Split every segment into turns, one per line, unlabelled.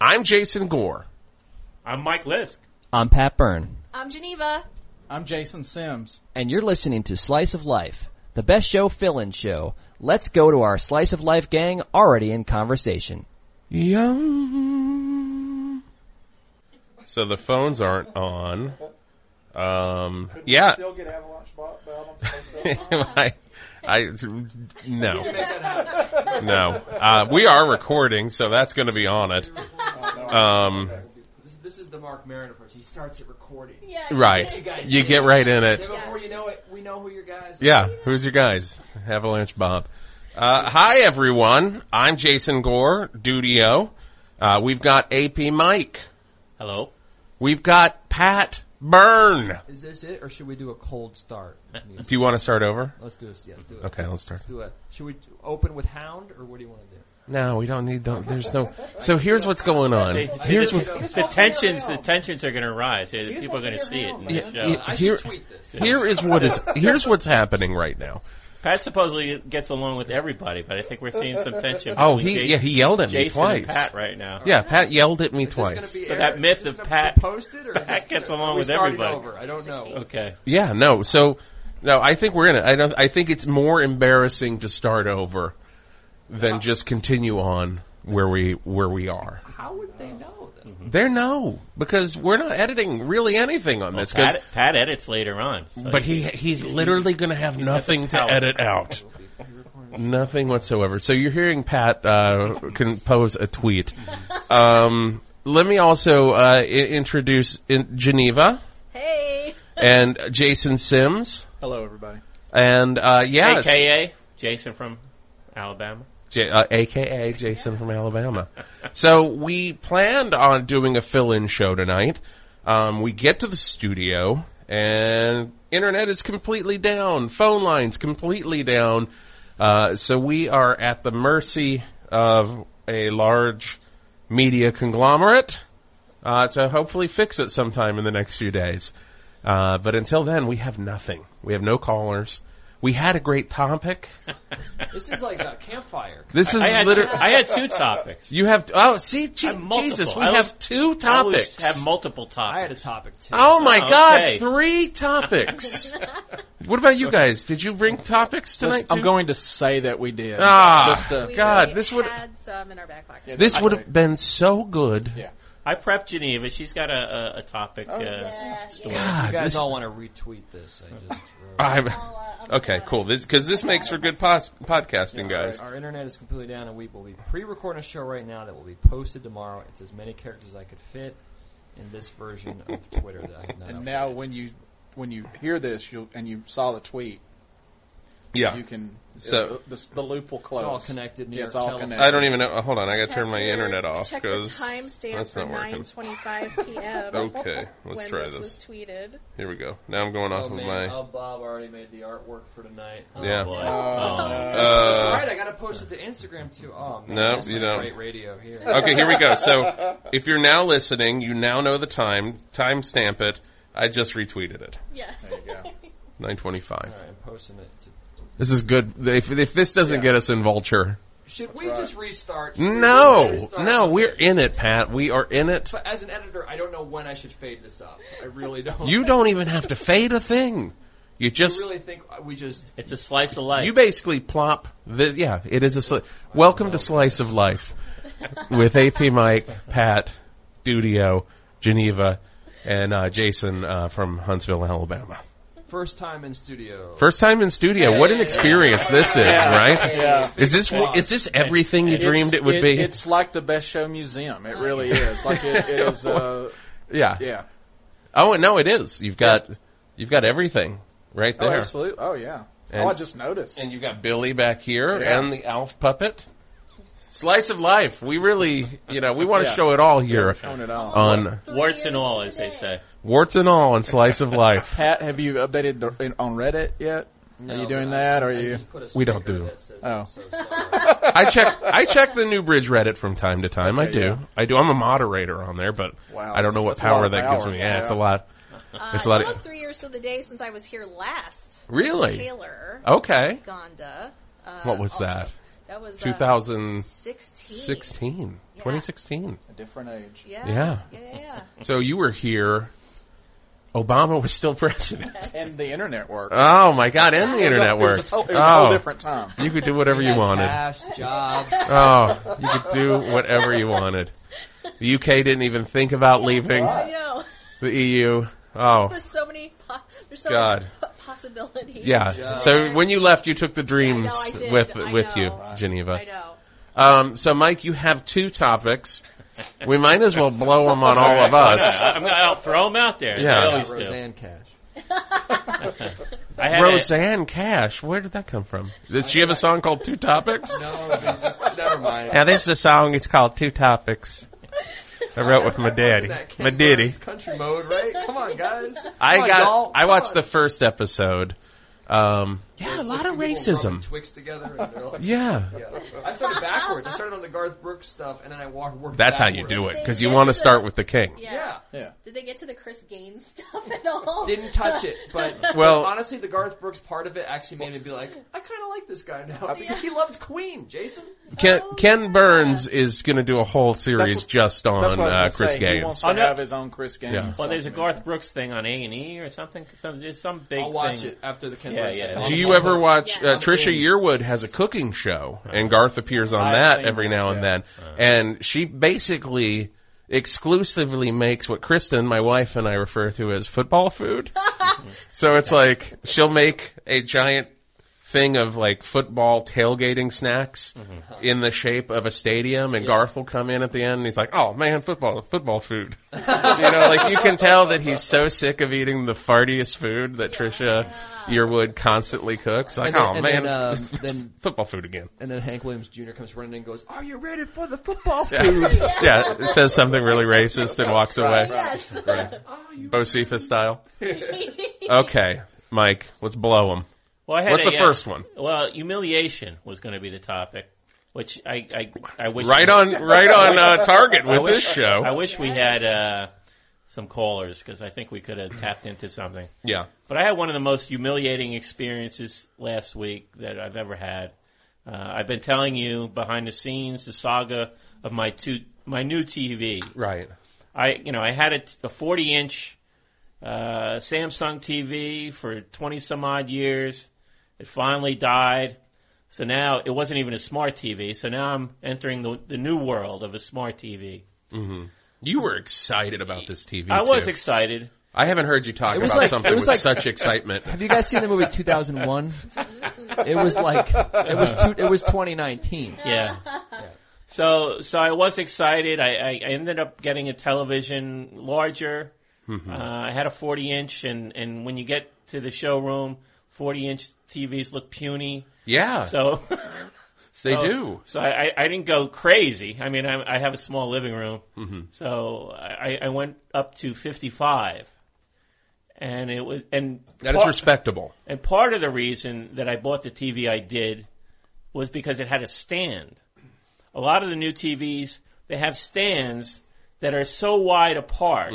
I'm Jason Gore.
I'm Mike Lisk.
I'm Pat Byrne,
I'm Geneva.
I'm Jason Sims.
and you're listening to Slice of Life, the best show fill-in show. Let's go to our Slice of Life gang already in conversation.
Yum. So the phones aren't on. Um, yeah,
Still get Avalanche bot,
I, I, no, no. Uh, we are recording, so that's going to be on it. Um,
This, this is the Mark Marin approach. He starts it recording.
Yeah.
right, you get right in it.
Then before you know it, we know who your guys are.
Yeah, who's your guys? Avalanche Bob. Uh, hi everyone, I'm Jason Gore, Dudio. Uh, we've got AP Mike.
Hello.
We've got Pat Byrne.
Is this it, or should we do a cold start?
Do you want to start over?
Let's do this. Yeah, let's do it.
Okay, let's start.
Let's do it. Should we do- open with Hound, or what do you want to do?
No, we don't need. The, there's no. So here's what's going on. Here's what's.
the tensions. The tensions are going to rise. The people are going to see it in
Yeah,
the show.
yeah,
I should
here,
tweet this.
here is what is. Here's what's happening right now.
Pat supposedly gets along with everybody, but I think we're seeing some tension.
Oh, he
between Jason-
yeah he yelled at me
Jason
twice.
and Pat right now.
Yeah, Pat yelled at me
Is this gonna
twice.
be
So
aired?
that myth
Is this
of
gonna
Pat-
be posted, or is this
Pat
gonna-
gets along
are we
with
starting
everybody.
Over? I don't know.
Okay.
Yeah, no. So no, I think we're in it. I don't. I think it's more embarrassing to start over than just continue on where we where we are.
How would they know? Then?
They're no because we're not editing really anything on this. 'cause-
Pat, Pat edits later on. so
But he he's literally going to have nothing to
power.
edit out. nothing whatsoever. So you're hearing Pat uh, compose a tweet. Um, let me also uh, I- introduce in Geneva
Hey.
and Jason Sims.
Hello, everybody.
And uh, yes,
AKA Jason from Alabama.
J- uh, AKA Jason from Alabama. So we planned on doing a fill-in show tonight. Um, we get to the studio and internet is completely down, phone lines completely down. Uh, so we are at the mercy of a large media conglomerate uh, to hopefully fix it sometime in the next few days. Uh, but until then, we have nothing. We have no callers. We had a great topic.
This is like a campfire.
This is
I had, two,
literally.
I had two topics.
You have oh see Je-
have multiple.
Jesus, we
I
have
always-
two
I always
topics.
have multiple topics.
I had a topic too.
oh my
Okay.
God, three topics. what about you guys? Did you bring topics tonight?
I'm
too?
going to say that we did.
Ah.
Just uh, to-
We
God, this would-
had some in our back pocket.
This would have been so good.
Yeah.
I prepped Geneva. She's got a, a, a topic. uh,
Yeah, yeah.
God,
You guys
this-
all want to retweet this? I just wrote.
I'm-
I'll, uh, I'll
okay,
put it
cool.
on.
This because this makes for good pos- podcasting, guys.
Our internet is completely down, and we will be pre-recording a show right now that will be posted tomorrow. It's as many characters as I could fit in this version of Twitter that I have not.
And
uploaded.
now, when you when you hear this, you will and you saw the tweet,
Yeah.
you can
So-
the, the loop will close.
all connected, New
Yeah,
York
it's all
telephone.
connected.
I don't even know. oh, Hold on, I got to
Check
turn my
your-
internet off
Check the
because
timestamp
that's
for
not working.
9:25 p.m.
Okay, let's
when
try
this,
this.
was tweeted.
Here we go. Now I'm going off of
Oh man,
my.
oh Bob already made the artwork for tonight. Oh,
Yeah.
boy. That's
Uh,
right. I gotta post it to Instagram too. Oh man,
No,
this
you
is
don't. Uh,
Great radio here.
Okay, here we go. So, if you're now listening, you now know the time. Timestamp it. I just retweeted it.
Yeah.
Yeah.
925.
All right, I'm posting it. To...
This is good. If, if this doesn't get us in Vulture.
Should we just restart? Should we
No!
restart?
No, we're in it, Pat. We are in it.
But as an editor, I don't know when I should fade this up. I really don't.
You don't even have to fade a thing. You
I
just,
really think we just
It's a slice of life.
you basically plop this. Yeah, it is a, sli- welcome to Slice of Life with AP Mike, Pat, Dudio, Geneva, and uh, Jason uh, from Huntsville, Alabama.
first time in studio.
First time in studio. What an experience this is, right? Is this is this everything you dreamed
It's-
it would
it-
be?
It's like the best show museum. It really is. Like it, it is. Uh,
yeah.
yeah.
Oh no, it is. You've got you've got everything right
Oh,
there,
absolutely. Oh, yeah.
And-
oh, I just noticed.
and you got Billy back here
Yeah.
and the Alf puppet. Slice of life. We really, you know, we want to
Yeah.
show it all here
Showing it all.
on
Three
Warts and
years
all, as they
today.
say.
warts and all on Slice of Life.
Pat, have you updated the, in, on Reddit yet?
No,
are you
but
doing
I-
that?
I
are you?
just put a
We don't
sticker
do.
that says,
Oh.
"I'm so sorry."
I check I check the New Bridge Reddit from time to time. I
Okay,
do.
yeah.
I do. I'm a moderator on there, but
Wow,
I don't know what
that's- that's a lot
power
of
that gives
power.
me. Yeah, it's a
Yeah.
lot.
Uh,
It's a lot of-
almost three years to the day since I was here last.
Really?
Taylor
Okay.
Gonda. Uh,
What was
also-
that?
That was uh,
2016.
16.
2016.
A different age.
Yeah.
Yeah.
Yeah. yeah, yeah.
So you were here. Obama was still president.
And the internet worked.
Oh my God! And the
It was a-
internet
It was a,
worked.
to- it was a
oh,
whole different time.
you could do whatever you
Yeah,
wanted.
Cash, jobs.
Oh, you could do whatever you wanted. The UK didn't even think about leaving
I know.
the EU. Oh,
There's so many. Po- there's so
God.
much po- possibilities.
yeah. So when you left, you took the dreams
I did.
with
I
with you,
know.
Geneva.
I know.
Um, so Mike, you have two topics. We might as well blow them on all of us.
I'm gonna, I'll throw them out there. as
Yeah.
I
Yeah,
always do.
Roseanne Cash.
I had a-
Roseanne Cash, where did that come from? Does she have a song called Two Topics?
No, they just, never mind.
Now this is a song. It's called Two Topics. I wrote with my daddy.
That Ken
My daddy.
Burns Country mode, right? Come on, guys. Come
I
on,
got.
y'all.
I
Come
watched
on.
the first episode. Um, yeah, a
It's
lot of
like two people rubbing
racism.
Twix together. And they're like,
Yeah,
I started backwards. I started on the Garth Brooks stuff, and then I wa- worked.
that's how you
backwards.
do it because you want to start with the king.
Yeah.
Yeah.
Yeah.
Did they get to the Chris Gaines stuff at all?
Didn't touch it, but
Well-
honestly, the Garth Brooks part of it actually made me be like, I kind of like this guy now. He loved Queen, Jason.
Ken,
Oh,
Ken Burns is going to do a whole series
That's what-
just
That's
on
what I
uh,
was gonna
Chris
say. He wants
Gaines.
to
Oh, no.
have his own Chris Gaines.
Yeah.
Well, there's a Garth Brooks thing on A and E or something. Some there's some big.
I'll watch
thing.
it after the Ken
Yeah,
Burns
yeah.
thing.
Do you ever watch
Yeah.
uh, Trisha Yearwood has a cooking show and Garth appears on
I've
that
seen
every
that,
now and
yeah.
then, and she basically exclusively makes what Kristen, my wife, and I refer to as football food. so it's like she'll make a giant thing of like football tailgating snacks
Mm-hmm.
in the shape of a stadium and Garth will come in at the end and he's like, oh man, football, football food. you know, like you can tell that he's so sick of eating the fartiest food that Trisha Yearwood constantly cooks. Like,
And then,
oh
and
man,
then,
it's
um, then
football food again.
and then Hank Williams Jr. comes running in and goes, "Are you ready for the football
Yeah. yeah, it says something really racist and walks away.
Yes.
Bo Cephas style. Okay, Mike, let's blow him.
Well, I had
What's
a,
the
uh,
first one?
Well, humiliation was going to be the topic, which I I, I wish
Right
we-
on, right on uh, target with
wish-
this
I
show.
wish we had uh, some callers because I think we could have tapped into something.
Yeah.
But I had one of the most humiliating experiences last week that I've ever had. Uh, I've been telling you behind the scenes the saga of my two my new TV.
Right.
I you know I had a, t- a 40 inch uh, Samsung TV for 20 some odd years. It finally died. So now it wasn't even a smart TV. So now I'm entering the, the new world of a smart TV.
Mm-hmm. You were excited about this TV.
I was
too.
excited.
I haven't heard you talk
It was
about
like-
something
it was
with
like-
such excitement.
Have you guys seen the movie 2001? It was like it was two, it was 2019.
Yeah. So so I was excited. I, I, I ended up getting a television larger.
Mm-hmm.
Uh, I had a 40 inch, and, and when you get to the showroom, 40 inch TVs look puny.
Yeah,
So
they do.
So I, I- I didn't go crazy. I mean, I, I have a small living room,
Mm-hmm.
so I, I went up to 55, and it was and
That is
part-
respectable.
and part of the reason that I bought the TV I did was because it had a stand. A lot of the new TVs they have stands that are so wide apart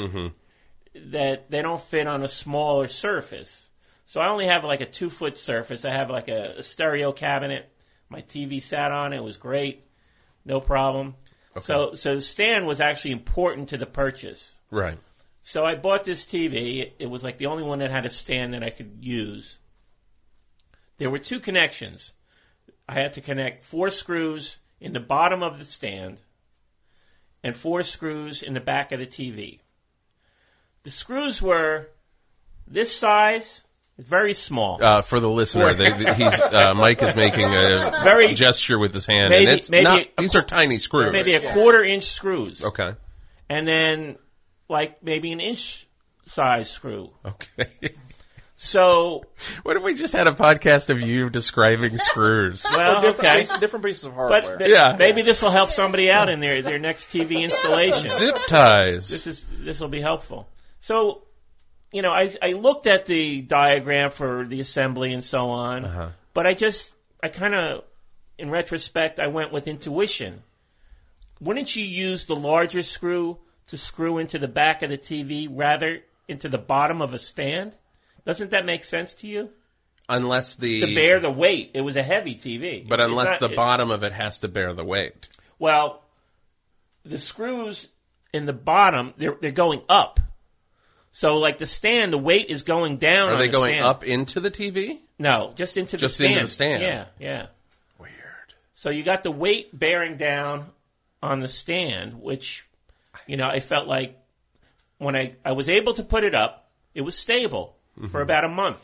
that they don't fit on a smaller surface. So I only have like a two foot surface. I have like a, a stereo cabinet. My TV sat on it. It was great. No problem. So, so the stand was actually important to the purchase.
Right.
So I bought this TV. It was like the only one that had a stand that I could use. There were two connections. I had to connect four screws in the bottom of the stand and four screws in the back of the TV. The screws were this size, very small.
Uh, for the listener, they, he's, uh, Mike is making a
Very-
gesture with his hand,
Maybe-
and it's
maybe
not.
a-
these are tiny screws.
maybe a quarter inch screws.
okay.
And then like maybe an inch size screw.
Okay.
So,
What if we just had a podcast of you describing screws?
well,
Different,
Oh, okay.
piece- different pieces of hardware.
But th-
Yeah.
maybe this will help somebody out in their, their next TV installation.
Zip ties.
This is this will be helpful. So, you know, I I looked at the diagram for the assembly and so on,
Uh-huh.
but I just I kind of, in retrospect, I went with intuition. Wouldn't you use the larger screw to screw into the back of the TV rather into the bottom of a stand? Doesn't that make sense to you?
unless the,
to bear the weight. It was a heavy TV.
but
It's
unless
not-
the
it-
bottom of it has to bear the weight.
Well, the screws in the bottom, they're, they're going up. So, like the stand, the weight is going down.
Are
on
they
the
going
stand.
up into the TV?
No, just into
Just
the stand.
into the stand.
Yeah, yeah.
Weird.
So you got the weight bearing down on the stand, which, you know, I felt like when I, I was able to put it up, it was stable
Mm-hmm.
for about a month.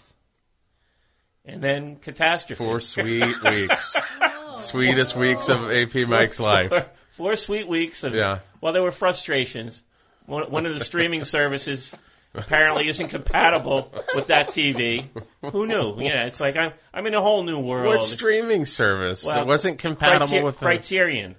And then catastrophe.
Four sweet weeks.
No.
Sweetest weeks of AP Mike's life.
Four, four sweet weeks of
Yeah.
well, there were frustrations. One, one of the streaming services apparently isn't compatible with that TV. Who knew? Yeah, it's like I'm I'm in a whole new world.
What streaming service
Well,
that wasn't compatible
Criter-
with the- Ah,
Criterion.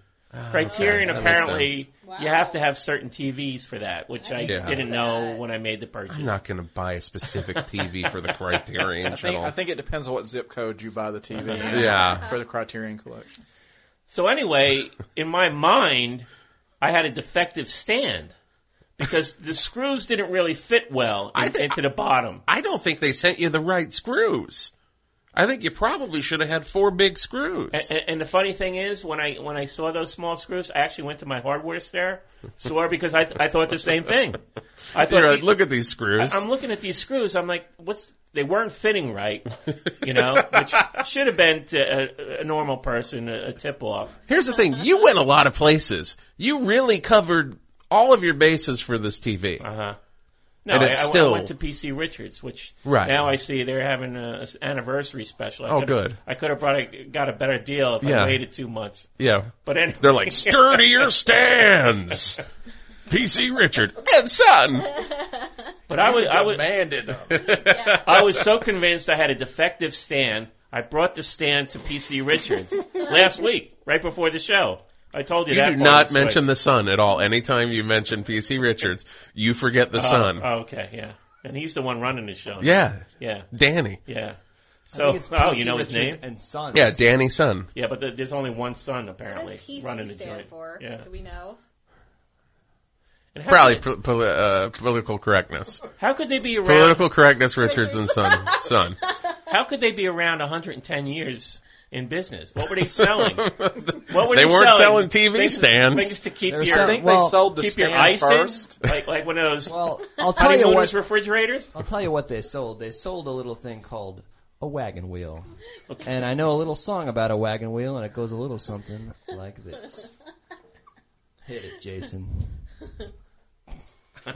Criterion
okay. That makes
apparently
sense.
you have to have certain TVs for that, which I
Yeah.
didn't know when I made the purchase.
I'm not going to buy a specific TV for the Criterion
I think,
channel.
I think it depends on what zip code you buy the TV.
Yeah.
For the Criterion Collection.
So anyway, in my mind, I had a defective stand because the screws didn't really fit well in-
thi-
into the bottom.
I don't think they sent you the right screws. I think you probably should have had four big screws.
And, and the funny thing is, when I when I saw those small screws, I actually went to my hardware store store because I th- I thought the same thing. I thought
You're like,
the-
look at these screws.
I'm looking at these screws. I'm like, what's they weren't fitting right, you know, which should have been to a, a normal person a, a tip off.
Here's the thing. You went a lot of places. You really covered all of your bases for this TV.
No,
And
I,
it's
I- I
still-
went to PC Richards, which
Right.
now I see they're having an anniversary special. I
Oh,
could've-
good.
I could have brought a, got a better deal if
Yeah.
I waited two months.
Yeah.
But anyway,
They're like, sturdier stands. PC Richard and son.
but I was I was
Demanded them.
I was so convinced I had a defective stand. I brought the stand to PC Richards last week, right before the show. I told you
You
that.
do
part
not
was like-
mention the son at all. Anytime you mention PC Richards, you forget the son.
Oh, okay, yeah. And he's the one running the show.
yeah.
Yeah.
Danny.
Yeah.
I
So,
think it's
oh,
PC
you know his
Richard
name?
And Sons.
Yeah, Danny son.
Yeah, but there- there's only one son
What
apparently
does PC
running the
stand
joint.
for?
Yeah.
Do we know?
And how
Probably
Could,
pol- pol- uh, political correctness.
how could they be around?
Political correctness Richards and son. Son.
How could they be around 110 years in business? What were they selling? what were
They
they,
weren't selling
selling
TV
things,
stands.
Things to keep
They were
your
I
selling-
think
Well,
they sold the
keep your
stand
ice
first.
in, like like one of those
Well, I'll tell you
honeymooners
what.
refrigerators.
I'll tell you what they sold. They sold a little thing called a wagon wheel, and I know a little song about a wagon wheel, and it goes a little something like this. Hit it, Jason.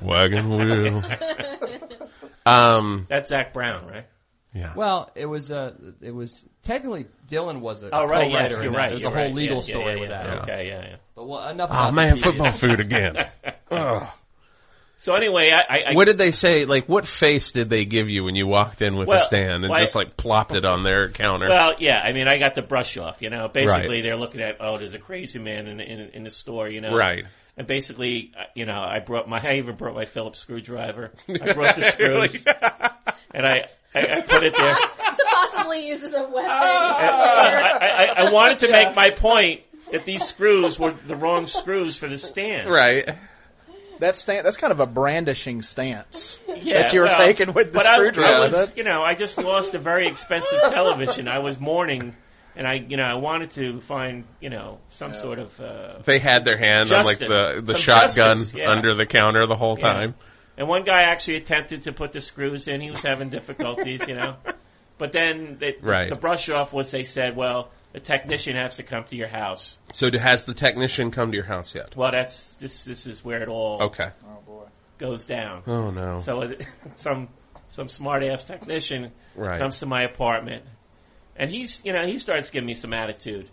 Wagon wheel. Um,
That's Zach Brown, right?
yeah.
Well, it was uh, it was technically Dylan was a
Oh,
co-writer
right. Yes,
in
you're
that.
right.
There's
you're
a whole
right.
legal
Yeah, yeah,
story
yeah,
with that.
yeah. Okay, yeah, yeah.
But well, enough.
Oh
about
man,
the
football food again.
So anyway, I, I, I
What did they say? Like, what face did they give you when you walked in with the
Well,
stand and
why-
just like plopped it on their counter?
Well, yeah. I mean, I got the brush off. You know, basically
Right.
they're looking at oh, there's a crazy man in in, in the store. You know,
Right.
And basically, uh, you know, I brought my I even brought my Phillips screwdriver. I brought the screws, and I, I I put it there.
to possibly use as a weapon.
I, I, I wanted to make my point that these screws were the wrong screws for the stand.
right.
That stand, that's kind of a brandishing stance.
Yeah,
that you were taking with the
but I-
screwdriver.
I, was,
That's-
you know, I just lost a very expensive television. I was mourning, and I, you know, I wanted to find, you know, some sort of. Uh,
They had their hand on
Justice.
like the the
Some
shotgun
justice, yeah.
under the counter the whole
Yeah.
time.
And one guy actually attempted to put the screws in. He was having difficulties, you know. But then the,
Right.
the brush off was they said, well, the technician has to come to your house.
So d- has the technician come to your house yet?
Well, that's this. This is where it all
Okay.
Oh boy.
goes down.
Oh no.
So it- some some smart ass technician
Right.
comes to my apartment, and he's you know he starts giving me some attitude.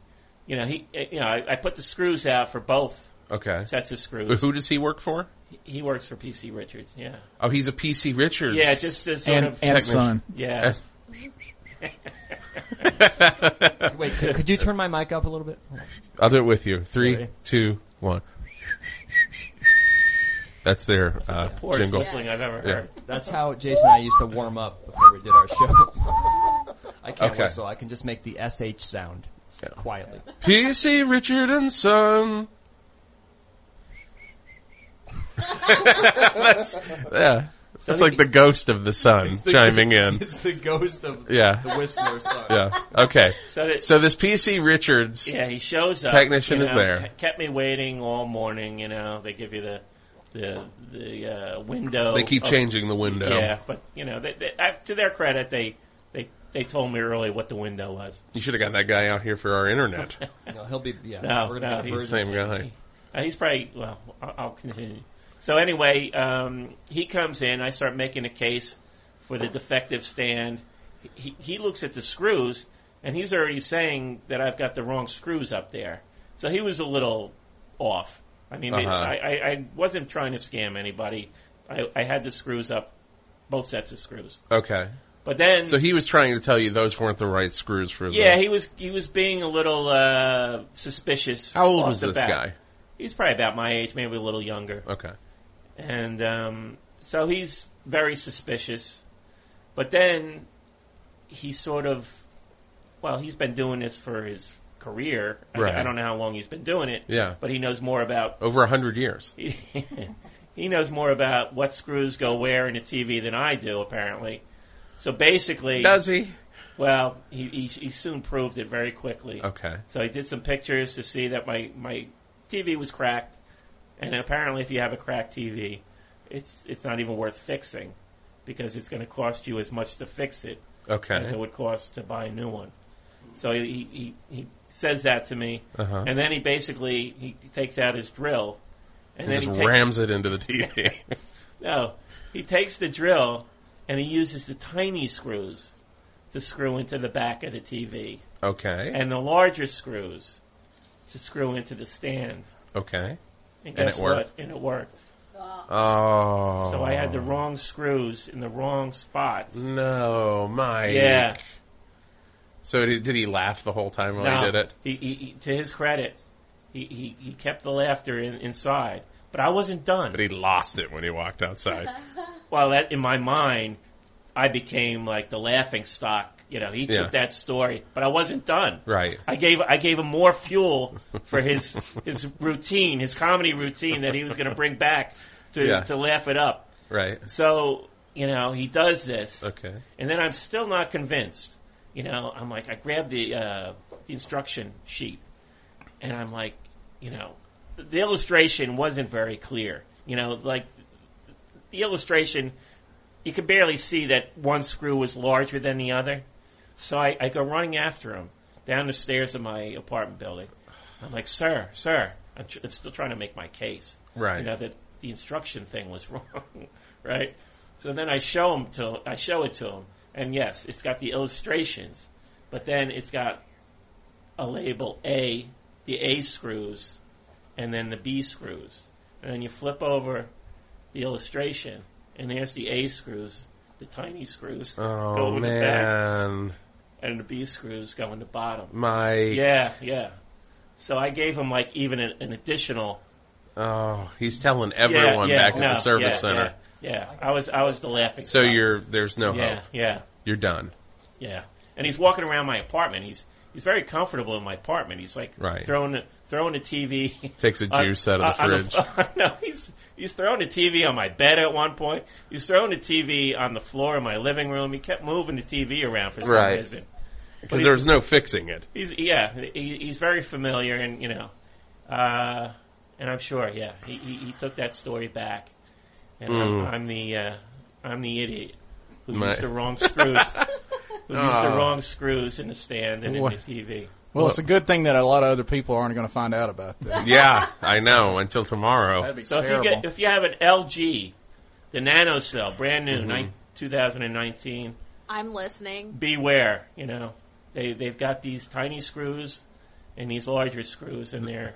You know he you know I, I put the screws out for both
okay.
sets of screws.
Who does he work for?
He works for PC Richards. Yeah.
Oh, he's a PC Richards.
Yeah. Just as sort
And,
of
and
Technician.
son.
yeah.
That's-
Wheel. Wait, could, could you turn my mic up a little bit?
I'll do it with you. Three,
Ready?
two, one. That's their uh,
Poorest
jingle.
whistling I've ever
Yeah.
heard.
That's how Jason and I used to warm up before we did our show. I can't
Okay.
whistle. I can just make the sh sound quietly.
PC Richard and Son. That's, yeah. That's like the ghost of the sun chiming in.
It's the ghost of
Yeah.
the Whistler song.
Yeah. Okay.
So, that,
So this PC Richards.
yeah, he shows up.
Technician
you
is
know,
there.
ke- Kept me waiting all morning. You know, they give you the the the uh, window.
They keep
of-
changing the window.
Yeah, but you know, they, they, I- to their credit, they they they told me early what the window was.
You should have gotten that guy out here for our internet.
No, he'll be. Yeah,
No,
we're
no,
gonna get a
he's-
version.
Same guy.
Uh, he's probably well. I'll, I'll continue. So anyway, um, he comes in. I start making a case for the defective stand. He, he looks at the screws, and he's already saying that I've got the wrong screws up there. So he was a little off. I mean, they-
Uh-huh.
I, I, I wasn't trying to scam anybody. I, I had the screws up, both sets of screws.
Okay.
But then,
So he was trying to tell you those weren't the right screws for the.
yeah, he was he was being a little uh, suspicious.
How old
off
was
the
this
bat.
guy?
He's probably about my age, maybe a little younger.
Okay.
And um, so he's very suspicious. But then he sort of, well, he's been doing this for his career. I-
Right.
I, don't know how long he's been doing it.
Yeah.
But he knows more about
Over a hundred years.
he knows more about what screws go where in a TV than I do, apparently. So basically,
Does he?
well, he, he he soon proved it very quickly.
Okay.
So I did some pictures to see that my, my TV was cracked, and apparently, if you have a cracked TV, it's it's not even worth fixing because it's going to cost you as much to fix it as
Okay.
it would cost to buy a new one. So he he, he says that to me,
Uh-huh.
and then he basically he takes out his drill, and
He
then
just
he takes,
rams it into the TV.
no, he takes the drill and he uses the tiny screws to screw into the back of the TV
okay.
and the larger screws to screw into the stand.
Okay.
And,
And
guess
it
what?
worked.
And it worked.
Oh. Mm,
So I had the wrong screws in the wrong spots.
No, Mike.
Yeah.
So did, did he laugh the whole time while
Now,
he did it?
He, he, he- to his credit, he, he, he kept the laughter in, inside. But I wasn't done.
But he lost it when he walked outside.
well, that, in my mind, I became like the laughing stock. You know, he
Yeah.
took that story, but I wasn't done.
right.
I gave I gave him more fuel for his his routine, his comedy routine that he was going to bring back to
Yeah.
to laugh it up.
Right.
So you know he does this,
Okay.
and then I'm still not convinced. You know, I'm like I grab the uh, the instruction sheet, and I'm like, you know, the, the illustration wasn't very clear. You know, like the illustration, you could barely see that one screw was larger than the other. So I, I go running after him down the stairs of my apartment building. I'm like, sir, sir, I'm, tr- I'm still trying to make my case.
Right.
You know that the instruction thing was wrong, right? So then I show him to I show it to him, and yes, it's got the illustrations, but then it's got a label A, the A screws, and then the B screws, and then you flip over the illustration, and there's the A screws, the tiny screws
Oh
go in the back,
man,
and the B screws go in the bottom.
Mike.
Yeah, yeah. So I gave him like even an, an additional.
Oh, he's telling
Yeah,
everyone
yeah,
back
no,
at the service
yeah,
center.
Yeah, yeah. I was I was the laughing.
So
stock.
you're there's no
yeah
hope.
yeah
You're done.
yeah. And he's walking around my apartment. He's he's very comfortable in my apartment. He's like
Right.
throwing the, throwing the TV.
Takes a
on-
juice out of the
on
fridge.
no, he's he's throwing the TV on my bed at one point. He's throwing the TV on the floor in my living room. He kept moving the TV around for some
Right.
reason.
Because there was no fixing it.
He's yeah, he, he's very familiar, and you know, uh, and I'm sure, yeah, he, he, he took that story back, and I'm, I'm the uh, I'm the idiot who
My-
used the wrong screws, who used the
Oh.
wrong screws in the stand and
What?
in the TV.
Well, it's a good thing that a lot of other people aren't going to find out about that.
Yeah, I know. Until tomorrow.
That'd be
So
terrible.
if you get if you have an LG, the NanoCell, brand new, nine, 2019,
I'm listening.
beware, you know, they they've got these tiny screws and these larger screws, and they're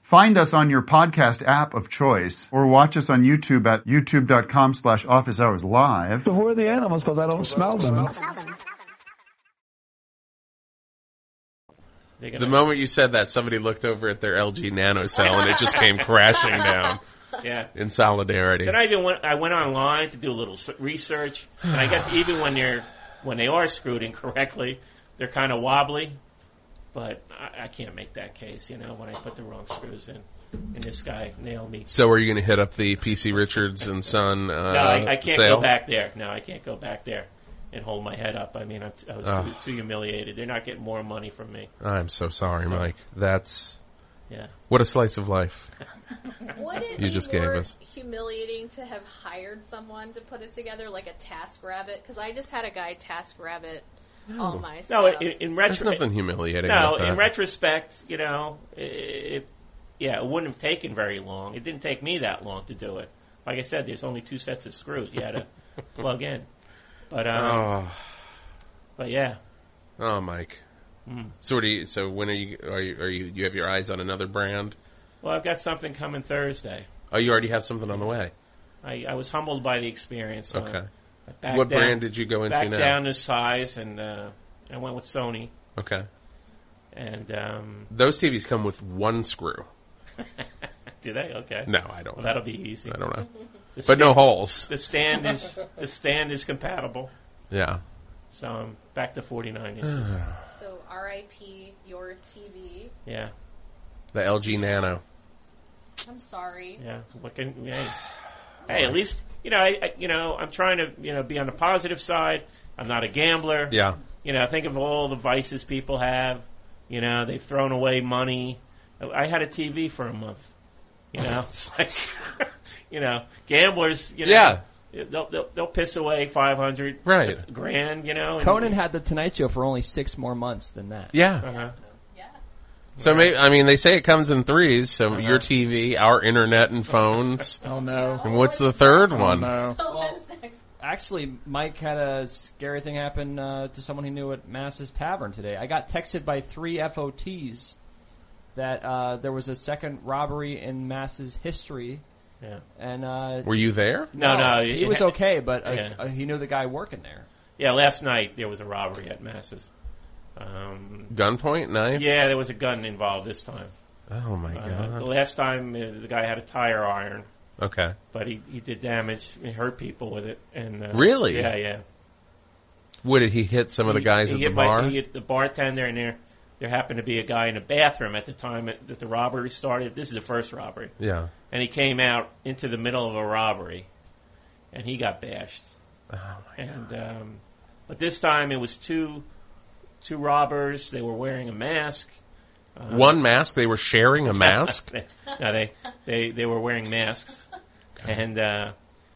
Find us on your podcast app of choice or watch us on YouTube at youtube.com slash office hours live.
Where are the animals? Because I don't smell them.
The
They're gonna-
moment you said that, somebody looked over at their LG Nano cell and it just came crashing down
yeah.
in solidarity.
Then I even went, I went online to do a little s- research, and I guess even when they're when they are screwed incorrectly, they're kind of wobbly. But I, I can't make that case, you know, when I put the wrong screws in, and this guy nailed me.
So are you going to hit up the PC Richards and Son uh,
No, I, I can't
sale?
go back there. No, I can't go back there and hold my head up. I mean, I'm, I was too, too humiliated. They're not getting more money from me.
I'm so sorry, Mike. That's
Yeah.
what a slice of life.
Would it
You
be
just
more
gave us.
humiliating to have hired someone to put it together, like a task rabbit? Because I just had a guy task rabbit all my
No,
stuff.
in, in
There's
retrospect,
nothing humiliating.
no,
about that.
in retrospect, you know, it, yeah, it wouldn't have taken very long. It didn't take me that long to do it. Like I said, there's only two sets of screws you had to plug in. But um,
Oh,
but yeah,
oh, Mike.
Hmm.
So what do you? So when are you? Are you? Are you? You have your eyes on another brand?
well, I've got something coming Thursday.
Oh, you already have something on the way.
I, I was humbled by the experience. so
Okay.
I backed
what
Uh, down-
brand did you go into
back
now?
down to size, and uh, I went with Sony.
Okay.
And um,
Those TVs come with one screw.
do they? Okay.
No, I don't.
Well, that'll be easy.
I don't know.
The
But
stand,
no holes.
the stand is the stand is compatible.
Yeah.
So I'm back to 49 inches.
so R.I.P. Your TV.
yeah,
The LG Nano.
I'm sorry.
yeah. What can hey, hey? At least you know, I, I you know, I'm trying to you know be on the positive side. I'm not a gambler.
Yeah.
You know, think of all the vices people have. You know, they've thrown away money. I had a TV for a month. You know, it's like, you know, gamblers. You know,
Yeah.
They'll, theyey'll, they'll piss away 500
Right.
grand, you know. and-
Conan had the Tonight Show for only six more months than that.
Yeah.
Uh-huh.
Yeah.
So may I mean, they say it comes in threes. So your TV, our internet, and phones.
Oh no.
and what's the third
Oh
one?
no.
What's next?
Actually, Mike had a scary thing happen uh, to someone he knew at Mass's Tavern today. I got texted by three FOTs that uh, there was a second robbery in Mass's history,
Yeah.
and uh,
Were you there?
No, no.
he
it-
was okay, but uh,
Yeah.
uh, he knew the guy working there.
Yeah, last night there was a robbery at Masses. Um,
Gunpoint knife.
yeah, there was a gun involved this time.
Oh my
Uh, The
god.
last time uh, the guy had a tire iron,
Okay.
but he, he did damage and hurt people with it. And uh,
Really?
yeah, yeah.
What did he hit? Some of the guys
he,
at
he
the
hit my-
bar.
he hit the bartender, and there there happened to be a guy in a bathroom at the time that that the robbery started. This is the first robbery,
yeah.
and he came out into the middle of a robbery, and he got bashed. Oh my and, Um, but this time it was two two robbers. They were wearing a mask. Uh,
One mask. They were sharing a mask.
no, they, they, they were wearing masks. And, uh,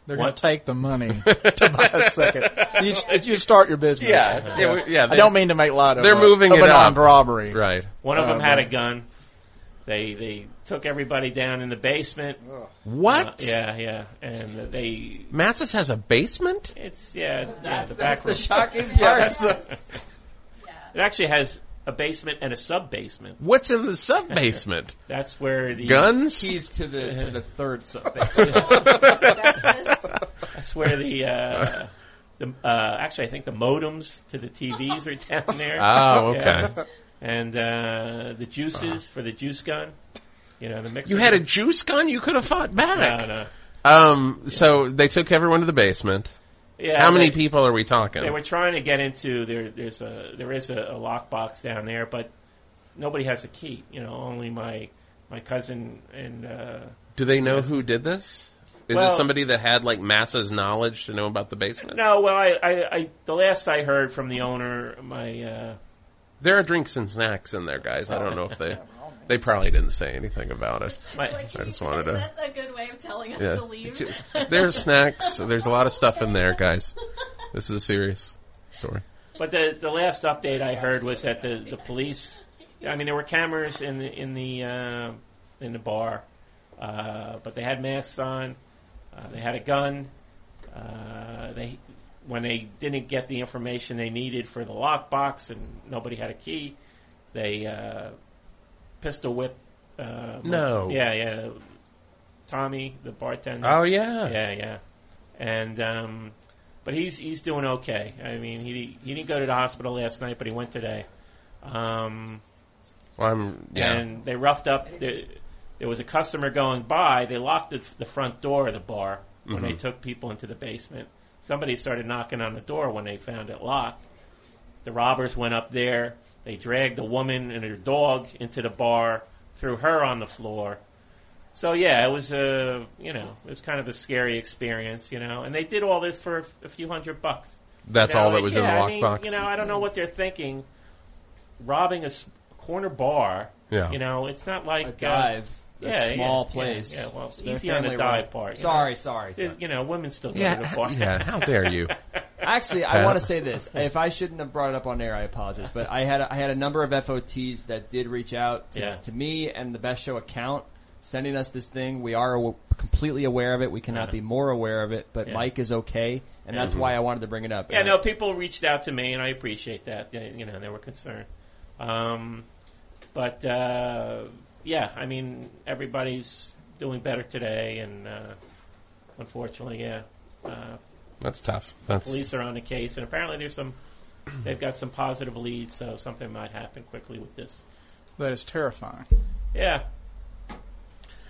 They're
What?
gonna take the money to buy a second. You, s- you start your business.
yeah. Yeah. we- yeah,
I don't mean to make light of.
They're
a-
moving
of
it
an
up.
armed robbery.
Right.
one of
Oh,
them had a
man.
gun. They, they took everybody down in the basement.
What?
Uh, yeah, yeah. And they,
Masses has a basement.
it's, yeah, it's- yeah the back room.
shocking
That's a-
It actually has a basement and a sub basement.
What's in the sub basement?
That's where the,
Guns.
keys to the to the third something.
That's this.
that's where the, uh, the, uh, actually I think the modems to the TVs are down there.
Oh, okay.
Yeah. and uh, the juices for the juice gun. You know the mixer. Uh,
You had a juice gun. You could have fought
no,
back.
no.
Um. So they took everyone to the basement.
Yeah,
How many
they,
people are we talking?
They were trying to get into there. There's a there is a, a lockbox down there, but nobody has a key. You know, only my my cousin and uh,
Do they know who did this? Is
Well-
it somebody that had like masses knowledge to know about the basement?
no. Well, I, I, I the last I heard from the owner, my uh,
There are drinks and snacks in there, guys. I don't know if they they probably didn't say anything about it.
my
Like,
I just wanted to-
Is that a good way of telling us
Yeah.
to leave?
There's snacks. There's a lot of stuff in there, guys. This is a serious story.
But the the last update I heard was that the, the police. I mean, there were cameras in the in the uh, in the bar, uh, but they had masks on. Uh, they had a gun. Uh, they when they didn't get the information they needed for the lockbox and nobody had a key, they uh, pistol whip. Uh,
No.
Yeah, yeah. Tommy, the bartender.
Oh yeah.
Yeah, yeah. And um, but he's he's doing okay. I mean, he he didn't go to the hospital last night, but he went today. Um,
I'm yeah.
and they roughed up. The, there was a customer going by. They locked the, the front door of the bar when they took people into the basement. Somebody started knocking on the door when they found it locked. The robbers went up there. They dragged a woman and her dog into the bar, threw her on the floor. So yeah, it was a you know it was kind of a scary experience, you know. And they did all this for a, f- a few hundred bucks.
That's
You know,
all that
like,
was in
yeah,
the
I mean,
lockbox.
You know, I don't know what they're thinking. Robbing a s- corner bar.
Yeah.
You know, it's not like
A
Uh,
dive.
yeah,
a
yeah,
small
yeah,
place.
Yeah, well, it's
Their
easy on the
family
dive
room.
part. you know.
Sorry, sorry.
There's-
sorry.
You know, women still go to
yeah,
the
how-
bar.
yeah. How dare you?
Actually,
Pat?
I want to say this.
If I shouldn't have brought it up on air, I apologize. But I had a, I had a number of FOTs that did reach out to,
Yeah.
to me and the Best Show account, sending us this thing. We are aw- completely aware of it. We cannot
Yeah.
be more aware of it. But
Yeah.
Mike is okay, and that's why I wanted to bring it up.
Yeah,
And
no, people reached out to me, and I appreciate that. They, you know, they were concerned. Um, but uh, yeah, I mean, everybody's doing better today, and uh, unfortunately, yeah, uh,
That's tough. That's
police are on the case, and apparently, there's some. They've got some positive leads, so something might happen quickly with this.
That is terrifying.
Yeah,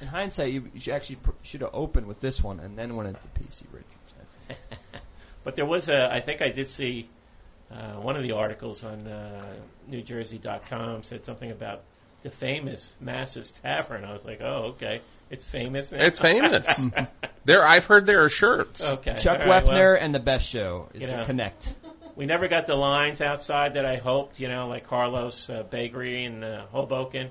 in hindsight, you, you should actually pr- should have opened with this one and then went into PC Richards. I think.
But there was a, I think I did see uh, one of the articles on uh, NewJersey.com said something about the famous Masters Tavern. I was like, oh, okay, it's famous. Now.
it's famous. there, I've heard there are shirts.
okay.
Chuck
all right, well,
Wepner and the Best Show is
You
the
know.
connect.
we never got the lines outside that I hoped. You know, like Carlos uh, Bakery in uh, Hoboken.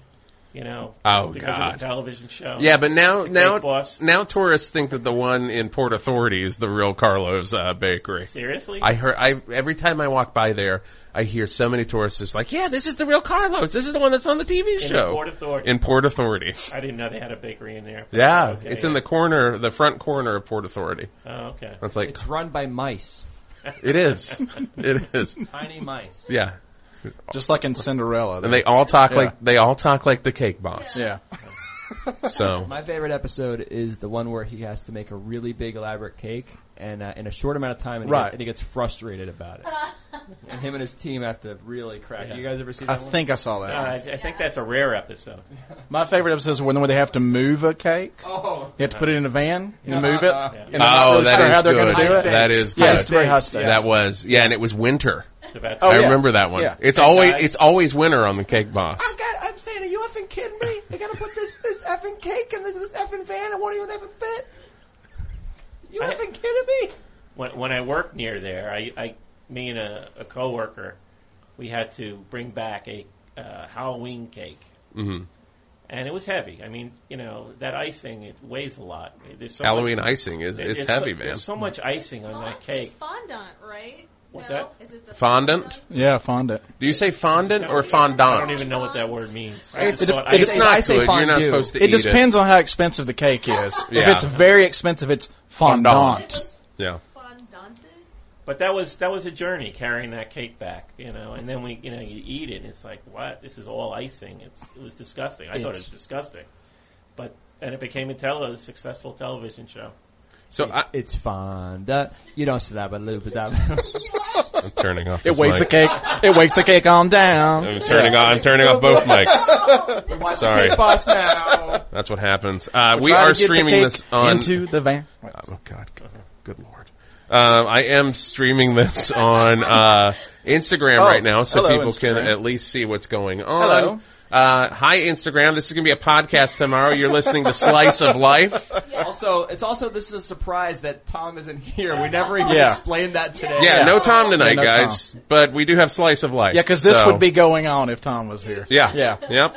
You know,
Oh,
because
God.
of the television show.
Yeah, but now
The
now
Cake Boss.
now tourists think that the one in Port Authority is the real Carlos uh, Bakery.
seriously.
I heard I every time I walk by there, I hear so many tourists just like, "Yeah, this is the real Carlos. This is the one that's on the TV
In
show."
Port Authority.
In Port Authority.
I didn't know they had a bakery in there.
Yeah,
Okay,
it's
yeah.
in the corner, the front corner of Port Authority.
Oh, okay.
It's like
It's run by mice,
it is. It is.
tiny mice.
Yeah.
Just like in Cinderella.
And they all talk
Yeah.
like they all talk like the cake boss.
yeah.
So
My favorite episode is the one where he has to make a really big, elaborate cake, and uh, in a short amount of time, and, he,
Right.
gets, and he gets frustrated about it. and him and his team have to really crack.
Yeah.
You guys ever see
I
that one?
think I saw
Uh, I,
that.
I think that's a rare episode.
My favorite episode is when where they have to move a cake.
oh,
You have to put it in a van and move it.
Uh-huh.
And
Yeah.
they're not
Oh,
really
that
sure
is
how they're
good.
gonna do it.
That is
Yeah,
good.
it's very high stakes.
that was yeah, and it was winter.
It's about
Oh,
I
yeah.
remember that one.
Yeah.
It's always
guys.
it's always winter on the cake boss.
God, I'm saying, are you effing kidding me? They gotta put this this effing cake in this, this effing van. It won't even effing fit. You
I-
effing kidding me?
when, when I worked near there, I, I me and a, a coworker, we had to bring back a uh, Halloween cake, mm-hmm. and it was heavy. I mean, you know that icing it weighs a lot. There's so
Halloween
much,
icing is
there-
it's
there's
heavy,
so,
man.
There's so much icing on Oh, that
Fond-
cake.
It's fondant, right?
What's
no?
that?
Is it the
Fondant?
Yeah, fondant.
Do you say fondant or
I
fondant?
I don't even know what that word means. I just
It's,
thought- I
it's
just-
not
I say
good. You're not
fondue.
supposed to
It
eat
depends on how expensive the cake is.
Yeah.
If it's very expensive, it's fondant.
It's
it. Yeah.
fondant.
But that was that was a journey carrying that cake back, you know. And then we, you know, you eat it, and it's like, what? This is all icing. It's it was disgusting. I thought it was
It's-
disgusting, but then it became a tele a successful television show.
So I,
It's fine. That- you don't stop a loop. Stop.
I'm turning off.
It
this
weighs
mic.
the cake. It weighs the cake on down.
I'm turning off. I'm turning off both mics. Sorry,
Boss now.
that's what happens. Uh, we
Try to
are
get the
streaming
cake
this on.
into the van.
oh God, good, good lord. Um, I am streaming this on uh, Instagram
Oh,
right now, so
hello,
people can
Instagram.
at least see what's going on.
Hello.
Uh, hi Instagram. This is going to be a podcast tomorrow. You're listening to Slice of Life.
Also, it's also this is a surprise that Tom isn't here. We never even
Yeah.
explained that today.
Yeah,
Oh, Yeah.
no Tom tonight,
Yeah, no
guys. But we do have Slice of Life.
Yeah, because this
so-
would be going on if Tom was here.
Yeah.
Yeah.
Yep.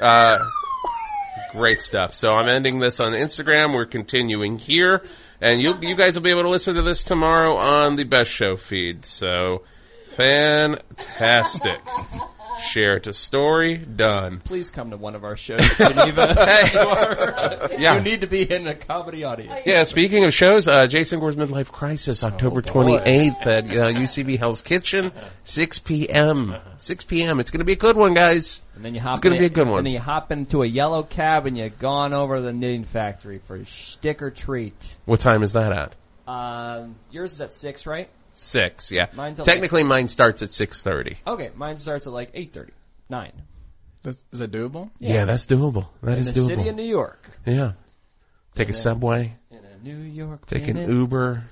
Uh, great stuff. So I'm ending this on Instagram. We're continuing here. And you, you guys will be able to listen to this tomorrow on the Best Show feed. So fantastic. Share to story. Done.
Please come to one of our shows, Geneva. You
Yeah.
need to be in a comedy audience.
Yeah, speaking of shows, uh, Jason Gore's Midlife Crisis, October 28th at uh, UCB Hell's Kitchen, 6 p.m. 6 p.m. It's gonna be a good one, guys.
And then you hop.
It's gonna
in
be a good one.
And then you hop into a yellow cab and you've gone over to the knitting factory for a stick or treat.
What time is that at?
Um, yours is at six, right?
Six, yeah.
Mine's at
Technically mine starts at 6.30.
Okay, mine starts at like eight thirty, nine.
That's, is that doable?
Yeah, that's doable. That
in
is
the
doable.
city of New York.
yeah. Take a subway,
In a New York
take an
minute.
Uber,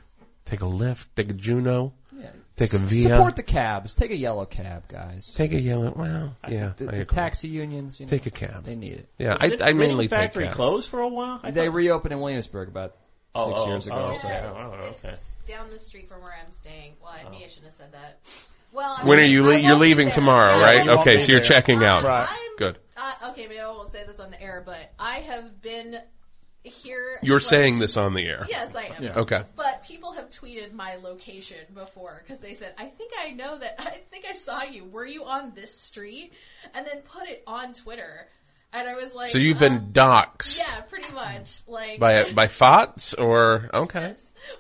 take a Lyft, take a Juno,
Yeah.
take a VL,
Support the cabs. Take a yellow cab, guys.
take a yellow. Well, yeah.
The, the
I agree.
taxi unions. You know,
Take a cab.
They need it.
Yeah, I,
Did
I
Riddle
mainly take
factory
cabs.
closed for a while. I
They
thought-
reopened in Williamsburg about
Oh,
six
oh,
years ago.
oh,
so.
okay.
Yeah,
Oh,
it's,
okay. Oh.
it's down the street from where I'm staying. Well, I, maybe I shouldn't have said that. Well, I
When are
won't-
you
I
le-
won't
you're
be
leaving
there.
tomorrow,
Yeah, I
right?
won't
Okay,
be
so you're
there.
checking out.
Uh,
Right.
I'm-
Good.
Uh, okay, maybe I won't say this on the air, but I have been here.
You're
like-
saying this on the air.
Yes, I am.
Okay.
But people have tweeted my location before because they said, "I think I know that. I think I saw you. Were you on this street?" And then put it on Twitter, and I was like,
So you've
uh,
been doxxed
yeah, pretty much like
by by FOTS or okay.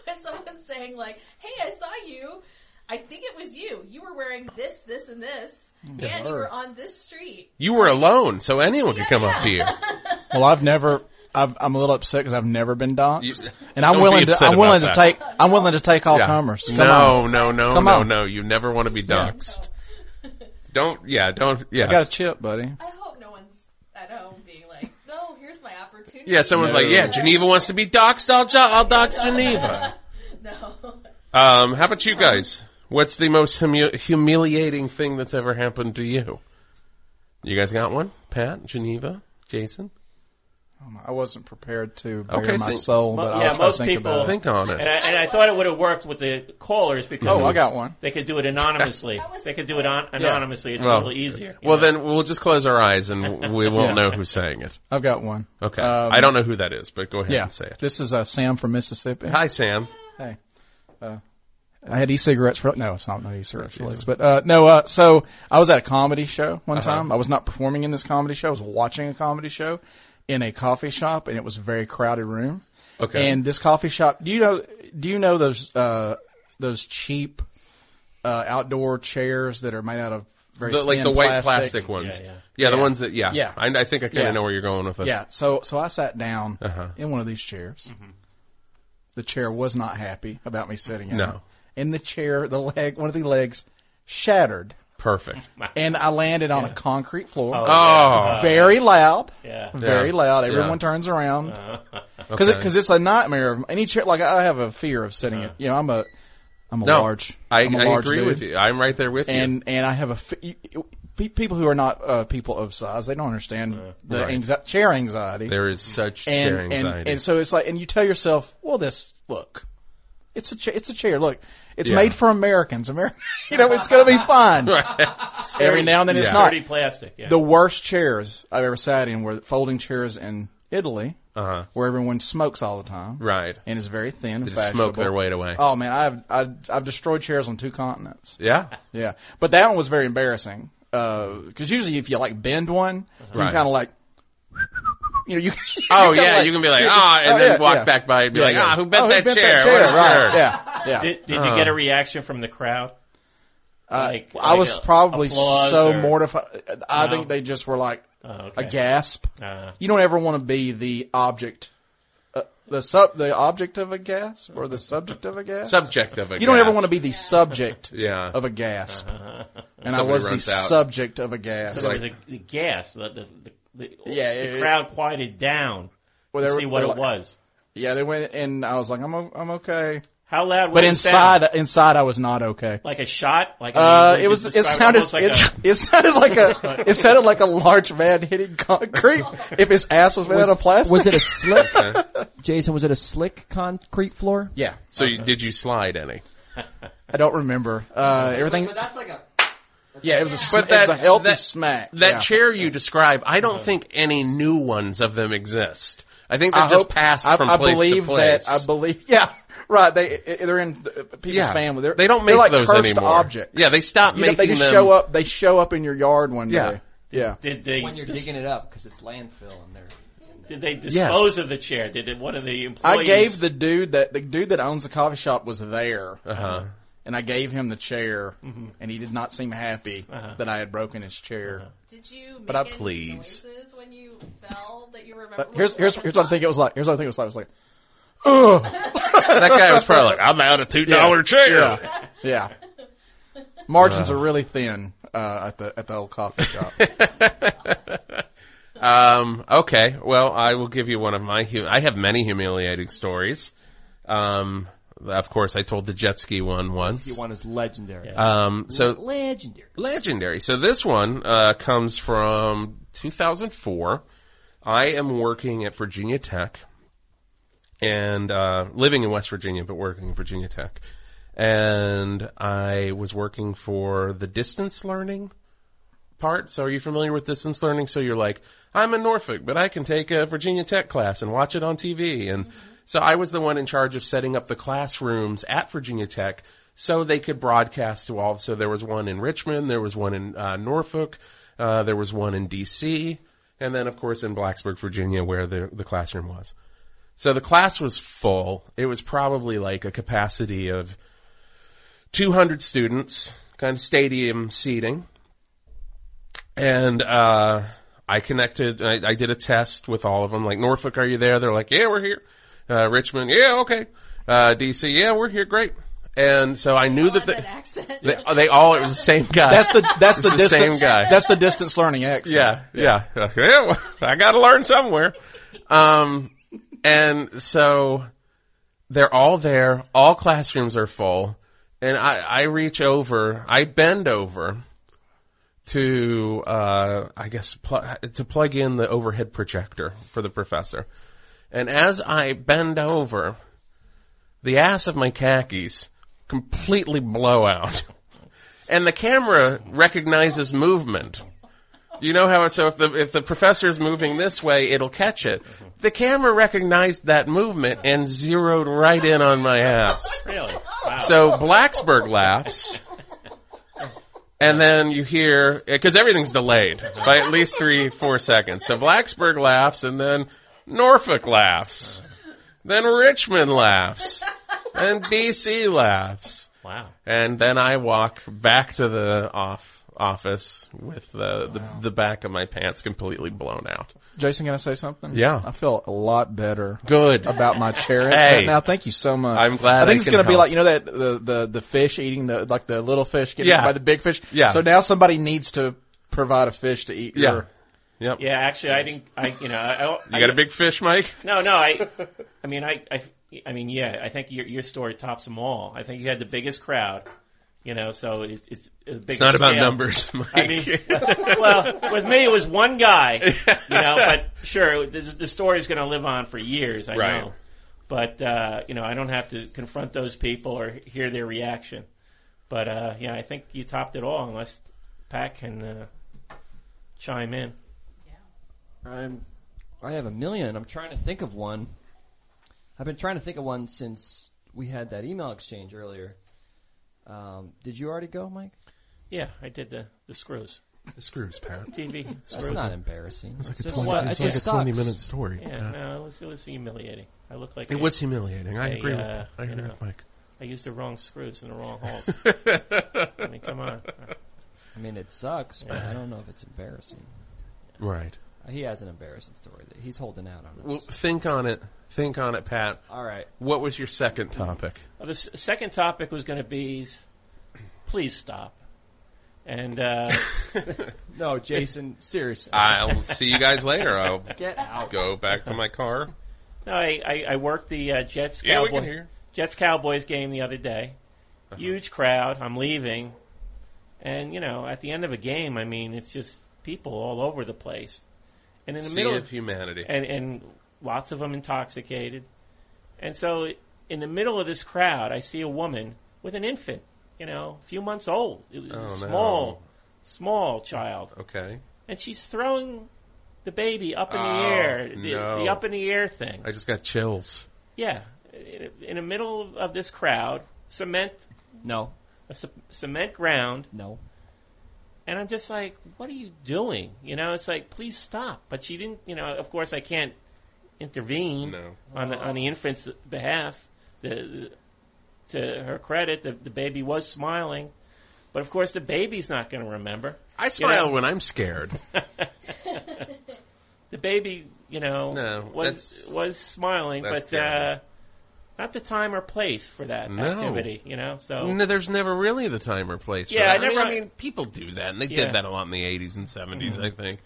by someone saying like, "Hey, I saw you. I think it was you. You were wearing this, this, and this, and you were on this street."
You were alone, so anyone could come up to you.
Well, I've never. I've, I'm a little upset because I've never been doxxed,
You-
and I'm
don't be
willing to.
upset
I'm
about
willing
that.
to take. I'm willing to take all
Yeah.
comers. Come on.
no, no, no,
Come
no,
on.
no. You never want to be doxxed. Don't. Yeah. Don't.
I got
Yeah.
a chip, buddy.
I hope no one's at home being like, "No, here's my opportunity."
Yeah. Someone's like, yeah, Geneva wants to be doxxed. I'll, jo- I'll dox Geneva.
no.
Um, how about you guys? What's the most humu- humiliating thing that's ever happened to you? You guys got one? Pat, Geneva, Jason.
I wasn't prepared to bare
Okay,
my
think-
soul, but
Well, yeah,
I'll try to
most
think
people-
about it.
Think on
And I,
it.
and I thought it would have worked with the callers because
Oh, I got one.
they could do it anonymously.
That was-
they could do it on, anonymously. It's a
Well,
little easier. you
Well,
know?
then we'll just close our eyes and we won't know who's saying it.
I've got one.
Okay.
Um,
I don't know who that is, but go ahead
Yeah,
and say it.
this is uh, Sam from Mississippi.
Hi, Sam.
Hey, uh, I had e-cigarettes for no, it's not not e-cigarettes
Oh,
for but uh, no. Uh, so I was at a comedy show one
Uh-huh.
time. I was not performing in this comedy show. I was watching a comedy show in a coffee shop, and it was a very crowded room.
Okay.
And this coffee shop, do you know? Do you know those uh, those cheap uh, outdoor chairs that are made out of very
The, like
thin
the white
plastic?
plastic ones. Yeah,
Yeah, yeah.
the ones that, yeah.
Yeah.
I, I think I kind of
Yeah.
know where you're going with this.
Yeah. So so I sat down
Uh-huh.
in one of these chairs. The chair was not happy about me sitting in
No.
it. And the chair, the leg, one of the legs shattered,
Perfect.
and I landed on a concrete floor.
Oh,
Very loud.
Yeah.
Very
Yeah.
loud.
Yeah.
Everyone turns around because
okay.
it's a nightmare. of Any chair, like I have a fear of sitting. in You know, I'm a I'm a
no,
large.
I,
I'm a
I
large
agree
dude
with you. I'm right there with you.
and and I have a f- you- you- pe- people who are not uh, people of size. They don't understand the
Right.
anxi- chair anxiety.
There is such
and,
chair anxiety.
And, and so it's like, and you tell yourself, well, this look, it's a cha- it's a chair. Look, it's
Yeah.
made for Americans. Amer- you know, it's going to be fine. Every now and then, it's
Yeah.
not.
Dirty plastic. Yeah.
The worst chairs I've ever sat in were folding chairs in Italy,
Uh-huh.
where everyone smokes all the time,
right.
And is very thin. and
They just smoke
fashionable.
their weight away.
Oh man, I've I've, I've destroyed chairs on two continents.
Yeah.
Yeah, but that one was very embarrassing because usually if you like bend one, you
Right.
kind of like. You know, you,
Oh,
kinda
yeah, you can be like,
yeah,
"Ah," and
oh,
then
yeah,
walk
yeah.
back by and be like, "Ah, who bent
Oh,
that chair? What a jerk."
Right, yeah, yeah.
Did, did
Uh-huh.
you get a reaction from the crowd? like,
Uh, I
like
was
a-
probably
applause
so
or-
mortified. I
No. Oh,
think they just were like
okay.
a gasp.
Uh.
you don't ever want to be the object, uh, the sub, the object of a gasp or the subject of a gasp.
Subject of it.
you don't ever want to be the subject
Yeah.
of a gasp. And I
Somebody
was the
runs out.
subject of a gasp.
So there was a, the gasp. The, the, the, the,
Yeah,
the
it-
crowd quieted down
Well,
to
they were-
see what
they
it
were like-
was.
Yeah, they went and I was like, I'm o- I'm okay,
How loud was
but
the
inside
sound?
inside I was not okay.
Like a shot? Like
Uh,
I mean,
it was
just
it
describe
sounded
almost like
it,
a,
it sounded like a it sounded like a large man hitting concrete if his ass was made out of plastic.
Was it a slick? Jason, was it a slick concrete floor?
yeah,
So you, did you slide any?
I don't remember. Uh, everything.
But that's like a.
Yeah, it was a sm-
But
it was a
that-
healthy
that-
smack.
That
yeah.
chair you describe, I don't think any new ones of them exist. I think they
I
just
hope
passed
I,
from
I
place
believe
to place.
that I believe. Yeah, right. They i- they're in the- uh, people's
Yeah.
family. They're,
They don't
they're
make
like
those
cursed
anymore.
Objects.
Yeah, they stopped
You know, They
making
just
them-
show up. They show up in your yard one
Yeah.
day. Yeah.
did they,
When you're
dis-
digging it up because it's landfill and they're.
did they dispose of the chair? Did it, one of the employees?
I gave the dude that the dude that owns the coffee shop was there,
Uh-huh.
and I gave him the chair,
Mm-hmm.
and he did not seem happy
Uh-huh.
that I had broken his chair.
Did you make
But I-
any
please.
noises when you fell that you remember?
But here's here's here's what I think it was like. Here's what I think it was like. It was like,
that guy was probably like, "I'm out of two dollar chair." Uh-huh.
yeah, margins are really thin. uh, at the at the old coffee shop.
Um, okay. Well, I will give you one of my, hu- I have many humiliating stories. Um, of course, I told the jet ski one once.
He one is legendary.
Um, so
Legendary.
legendary. So this one uh, comes from 2004. I am working at Virginia Tech and uh, living in West Virginia, but working at Virginia Tech. And I was working for the distance learning part. So are you familiar with distance learning? So you're like, I'm in Norfolk, but I can take a Virginia Tech class and watch it on TV. And so I was the one in charge of setting up the classrooms at Virginia Tech so they could broadcast to all. So there was one in Richmond, there was one in uh, Norfolk, uh, there was one in DC, and then of course in Blacksburg, Virginia, where the, the classroom was. So the class was full. It was probably like a capacity of 200 students, kind of stadium seating and uh, I connected. I, I did a test with all of them. Like Norfolk, are you there? They're like, yeah, we're here. Uh, Richmond, yeah, okay. Uh, DC, yeah, we're here, great. And so Oh, I knew
That,
that they,
accent.
they, they all it was the same guy.
That's the that's the,
the same
distance.
guy.
That's the distance learning X.
yeah, yeah. Yeah, well, I got to learn somewhere. Um, and so they're all there. All classrooms are full, and I, I reach over, I bend over to, uh, I guess, pl- to plug in the overhead projector for the professor. And as I bend over, the ass of my khakis completely blow out. And the camera recognizes movement. You know how it, so if the, if the professor's moving this way, it'll catch it. The camera recognized that movement and zeroed right in on my ass.
Really? Wow.
So Blacksburg laughs. And then you hear, because everything's delayed by at least three, four seconds. So Blacksburg laughs and then Norfolk laughs. Then Richmond laughs. And DC laughs.
wow.
And then I walk back to the off office with the, the, the back of my pants completely blown out.
Jason, can I say something?
Yeah.
I feel a lot better
Good.
about my chair
Hey.
incident now. Thank you so much.
I'm glad
I
I
think it's
can
gonna be
help.
like you know that the the the fish eating the like the little fish getting
Yeah.
eaten by the big fish.
Yeah.
So now somebody needs to provide a fish to eat.
Yeah.
Your,
Yep.
Yeah, actually, I didn't. I you know, I, I,
You got a big fish, Mike?
No, no. I, I mean, I, I, I mean, yeah. I think your your story tops them all. I think you had the biggest crowd. You know, so it, it's it's, a big
It's not about
scale.
numbers, Mike.
I mean, well, with me it was one guy. You know, but sure, this, the story's going to live on for years. I
Right.
know, but uh, you know, I don't have to confront those people or hear their reaction. But uh, yeah, I think you topped it all, unless Pat can uh, chime in.
I'm, I have a million. I'm trying to think of one. I've been trying to think of one since we had that email exchange earlier. Um, did you already go, Mike?
Yeah, I did the the screws
The screws, Pat.
TV.
That's
screws.
not embarrassing. It's just-
twenty-
it
it's
just
like
sucks.
story.
Yeah, no, it was, it was humiliating. I looked like
It
I,
was humiliating. I
They,
agree with
uh,
that. I
you
agree
know.
with Mike.
I used the wrong screws in the wrong holes. I mean, come on.
I mean, it sucks, but I don't know if it's embarrassing.
Right.
He has an embarrassing story. That he's holding out on us.
Well, think on it. Think on it, Pat.
All right.
What was your second topic?
Well, the s- second topic was going to be, s- please stop. And uh,
No, Jason, seriously.
I'll see you guys later. I'll
Get out.
go back to my car.
no, I, I, I worked the uh, Jets
Yeah, we
Cowboys
can hear. Uh-huh.
Jets Cowboys game the other day. Huge crowd. I'm leaving, and you know, at the end of a game, I mean, it's just people all over the place. And in the
Sea
middle
of humanity.
and and lots of them intoxicated. And so, in the middle of this crowd, I see a woman with an infant, you know, a few months old. It was
Oh, no.
a small, small child,
Okay.
and she's throwing the baby up in
Oh,
the air, the,
no.
the up in the air thing.
I just got chills.
yeah, in, in the middle of, of this crowd, cement,
No,
a c- cement ground,
no.
and I'm just like, what are you doing? You know, it's like, please stop. But she didn't, you know, of course I can't intervene
No.
on, the, on the infant's behalf. The, the- to her credit, the, the baby was smiling. But of course the baby's not going to remember.
I smile
know-
when I'm scared.
The baby, you know,
No,
was,
that's-
was smiling,
that's
but, uh, not the time or place for that
No.
activity. You know, so
No, there's never really the time or place. For
Oh. Yeah,
that.
I
mean,
never-
I mean, people do that, and they
Yeah. Mm-hmm.
did that a lot in the '80s and '70s. I think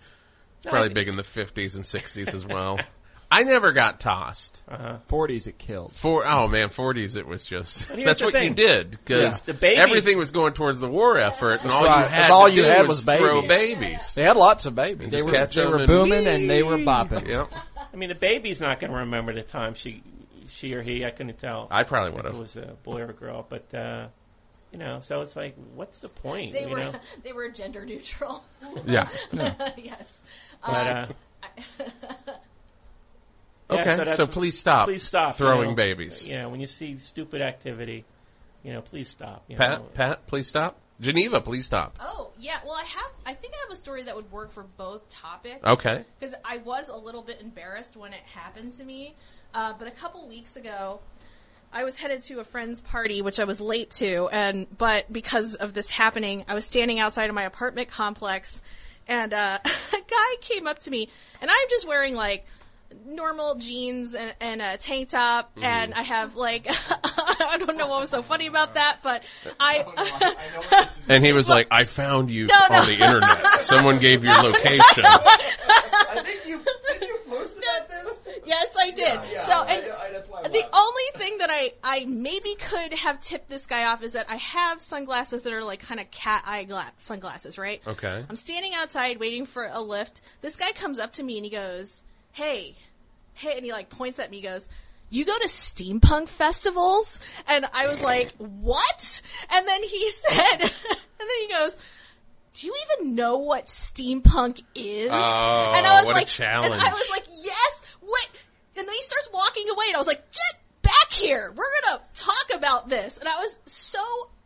it's probably
I-
big in the '50s and '60s as well. I never got tossed.
Uh-huh.
Forties it killed.
For oh man, '40s it was just
here's
that's
the
what
thing.
you did because
The babies-
everything was going towards the war effort, and all
right.
you
That's
had
all
to
you
do
had
was,
was
throw
babies.
babies.
They had lots of babies.
They
were-
catch
they
'em
were
and-
booming and they were bopping.
Yep,
I mean, the baby's not going to remember the time she, she or he. I couldn't tell.
I probably would
if it
have.
was a boy or a girl, but uh, you know, so it's like, what's the point?
They
you
were
know,
they were gender neutral.
Yeah.
yes.
but uh, Yeah,
Okay,
so
so,
that's-
please stop.
please stop
throwing
you know.
babies.
Yeah, when you see stupid activity, you know, please stop. You know.
Pat, Pat, please stop. Geneva, please stop.
Oh yeah. Well, I have. I think I have a story that would work for both topics.
Okay.
Because I was a little bit embarrassed when it happened to me, uh, but a couple weeks ago, I was headed to a friend's party, which I was late to, and but because of this happening, I was standing outside of my apartment complex, and uh, a guy came up to me, and I'm just wearing like normal jeans and, and a tank top, and I have like I don't know what was so funny about that, but I
And he was like, I found you
No,
on
no.
the internet. Someone gave your location.
I think you, did you posted that this?
yes I did. so and.
that's why
The only thing that I, I maybe could have tipped this guy off is that I have sunglasses that are like kind of cat eye gla- sunglasses, right?
Okay.
I'm standing outside waiting for a lift. This guy comes up to me and he goes, Hey, hey, and he like points at me, he goes, you go to steampunk festivals? And I was like, what? And then he said, and then he goes, do you even know what steampunk is?
Oh,
and I was
what a
like,
challenge.
And I was like, yes, what? And then he starts walking away and I was like, get back here. We're going to talk about this. And I was so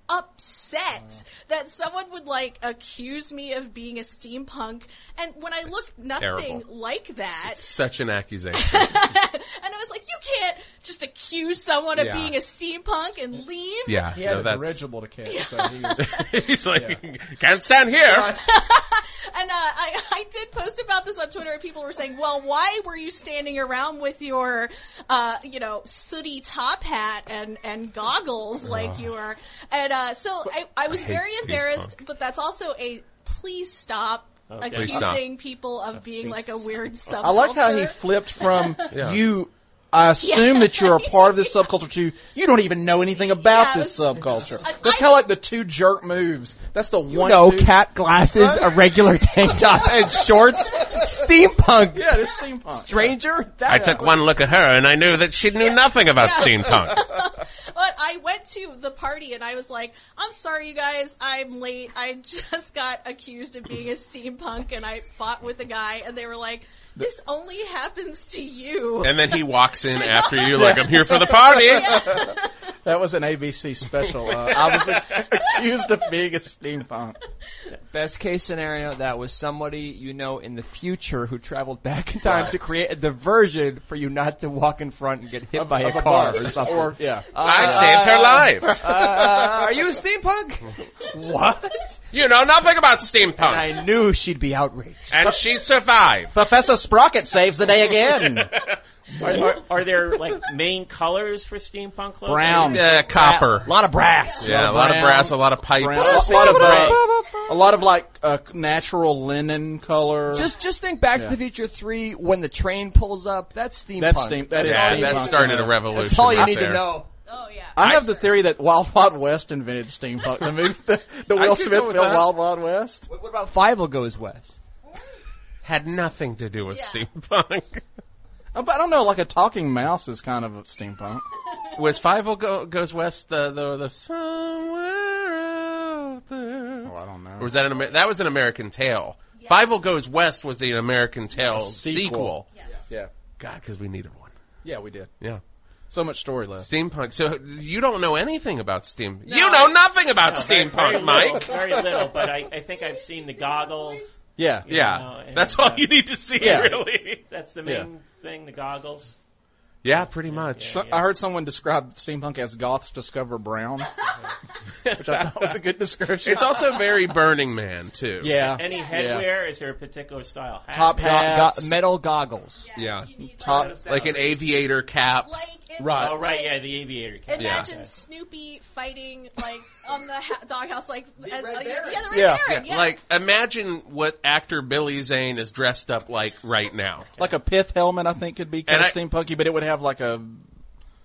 upset that someone would like accuse me of being a steampunk. And when I look nothing
terrible.
like that,
Such an accusation.
and I was like, you can't just accuse someone of
Yeah.
being a steampunk and leave.
Yeah.
He had
no,
a
that's-
dirigible to catch. So he was,
He's like, can't stand here.
And uh, I, I did post about this on Twitter, and people were saying, well, why were you standing around with your, uh, you know, sooty top hat and, and goggles like you were? And uh, so I, I was
I hate
very
steampunk.
embarrassed, but that's also a please stop.
Oh, Please
Accusing
stop.
people of being like a weird subculture.
I like how he flipped from
Yeah.
you. I assume that you're a part of this subculture too. You don't even know anything about
Yeah,
this
it was-
subculture.
I-
That's
I
kind of
was-
like the two jerk moves. That's the one.
No
two-
cat glasses, a regular tank top, and shorts. Steampunk.
Yeah, this steampunk.
Stranger. That
I took one look at her and I knew that she knew nothing about steampunk.
But I went to the party and I was like, I'm sorry you guys, I'm late. I just got accused of being a steampunk and I fought with a guy and they were like, this only happens to you.
And then he walks in after you like, I'm here for the party.
That was an ABC special. Uh, I was accused of being a steampunk.
Best case scenario, that was somebody you know in the future who traveled back in time to create a diversion for you not to walk in front and get hit by a
Of
car
bus
or something.
Or, yeah.
Uh,
I saved her life.
are you a steampunk? what?
You know nothing about steampunk.
I knew she'd be outraged.
And she survived.
Professor Sprocket saves the day again.
Are, are, are there like main colors for steampunk clothing?
Brown.
Uh, copper.
A lot of brass.
Yeah, a lot of
brown.
brass, a lot of pipe.
Brown. A lot of gray. A lot of like uh, natural linen color.
Just, just think Back to the Future Three when the train pulls up. That's steampunk.
that's steam. That is
Yeah,
steampunk.
that started a revolution.
That's all you
right
need
there.
to know.
Oh yeah.
I have the theory that Wild Wild West invented steampunk. The movie, the, the Will
could go
Smith
with
film
that.
Wild Wild West.
What about Fievel goes west?
Had nothing to do with
Yeah.
steampunk.
Uh, But I don't know, like a talking mouse is kind of a steampunk.
Was Five Go, Goes West the, the, the somewhere out there?
Oh, I don't know.
Or was that an Amer- that was an American Tale? Five Will Goes West was an American Tale sequel.
sequel. yeah,
God, because we needed one.
yeah, we did.
Yeah,
So much story left.
steampunk. So you don't know anything about steam. you know nothing about
Very- very
steampunk,
little,
Mike.
Very little, but I, I think I've seen the goggles.
Yeah,
Yeah,
No, and,
that's
uh,
all you need to see,
Yeah.
really.
That's the main thing. The goggles.
Yeah, pretty much.
So, I heard someone describe steampunk as goths discover brown, which I thought was a good description.
It's also very Burning Man too.
yeah,
Any headwear? Is there a particular style? Hat?
top
Go-
hats,
go- metal goggles.
yeah.
You need,
top.
Like an aviator cap.
Like, like ticket.
Right.
Oh, right, yeah, the aviator cat.
Imagine Snoopy fighting like on the ha- doghouse, like, as,
Red
like
Baron.
yeah, the Red
Yeah.
Baron, yeah.
Like, imagine what actor Billy Zane is dressed up like right now.
Like a pith helmet, I think could be kind
And
of
I-
steampunky, but it would have like a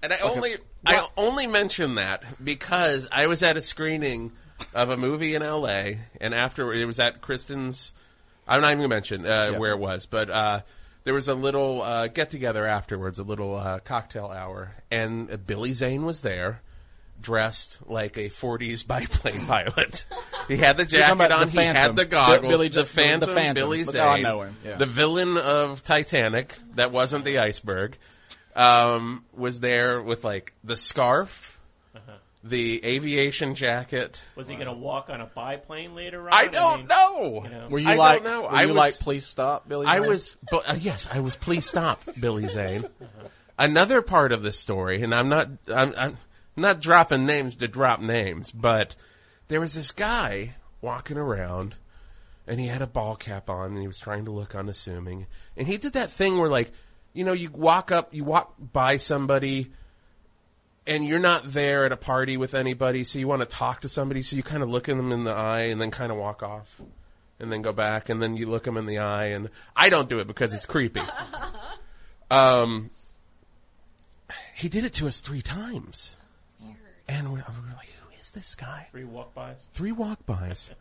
And I only I only mention that because I was at a screening of a movie in L.A. and after it was at Kristen's. I'm not even gonna mention uh, where it was, but uh, there was a little uh, get together afterwards, a little uh, cocktail hour, and uh, Billy Zane was there. Dressed like a 40s biplane pilot, he had the
talking
jacket
about
on.
the
He had
Phantom.
the goggles.
Billy-
the,
the
Phantom,
Phantom.
Billy
That's
Zane,
how I know him, yeah.
the villain of Titanic that wasn't the iceberg, um, was there with like the scarf,
Uh-huh.
the aviation jacket.
Was he going to walk on a biplane later on?
I don't
mean,
know.
you know.
Were you
I
like?
Don't know.
Were
I
you
was.
like? Please stop, Billy.
I
Zane?"
was. But, uh, yes, I was. Please stop, Billy Zane. Another part of this story, and I'm not. I'm, I'm not dropping names to drop names, but there was this guy walking around. And he had a ball cap on and he was trying to look unassuming. And he did that thing where like, you know, you walk up, you walk by somebody and you're not there at a party with anybody, so you want to talk to somebody, so you kind of look at them in the eye and then kind of walk off and then go back and then you look them in the eye and I don't do it because it's creepy. um, he did it to us three times. And we're, we're like, who is this guy?
Three walk bys.
Three walk-bys.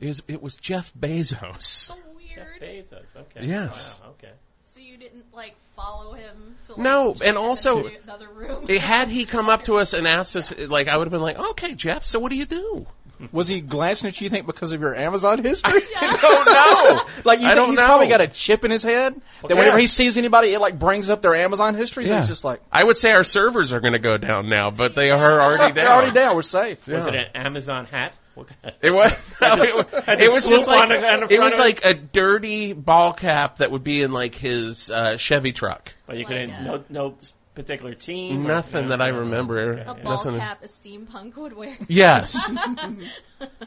Is it was Jeff Bezos.
so weird.
Bezos. Okay.
Yes.
Wow. Okay.
So you didn't like follow him to like,
No,
check
and
the
also-
new- the other room.
It- had he come up to us and asked us, like, I would have been like, okay, Jeff, so what do you do?
Was he glancing at you? Think because of your Amazon history?
Oh no!
Like you
I
think
don't
he's
know.
probably got a chip in his head that whenever
Yes.
he sees anybody, it like brings up their Amazon history. So he's just like,
I would say our servers are going to go down now, but they are already down.
they're already down. We're safe.
Was it an Amazon hat? What kind of-
It was. it was-
I
it
just
was just
swoop
like
on the- on the
it
front
was
of it.
like a dirty ball cap that would be in like his uh, Chevy truck.
Well, you couldn't.
Like, uh,
no, no particular team. or-
Nothing that I remember.
a ball
Nothing.
cap a steampunk would wear.
Yes.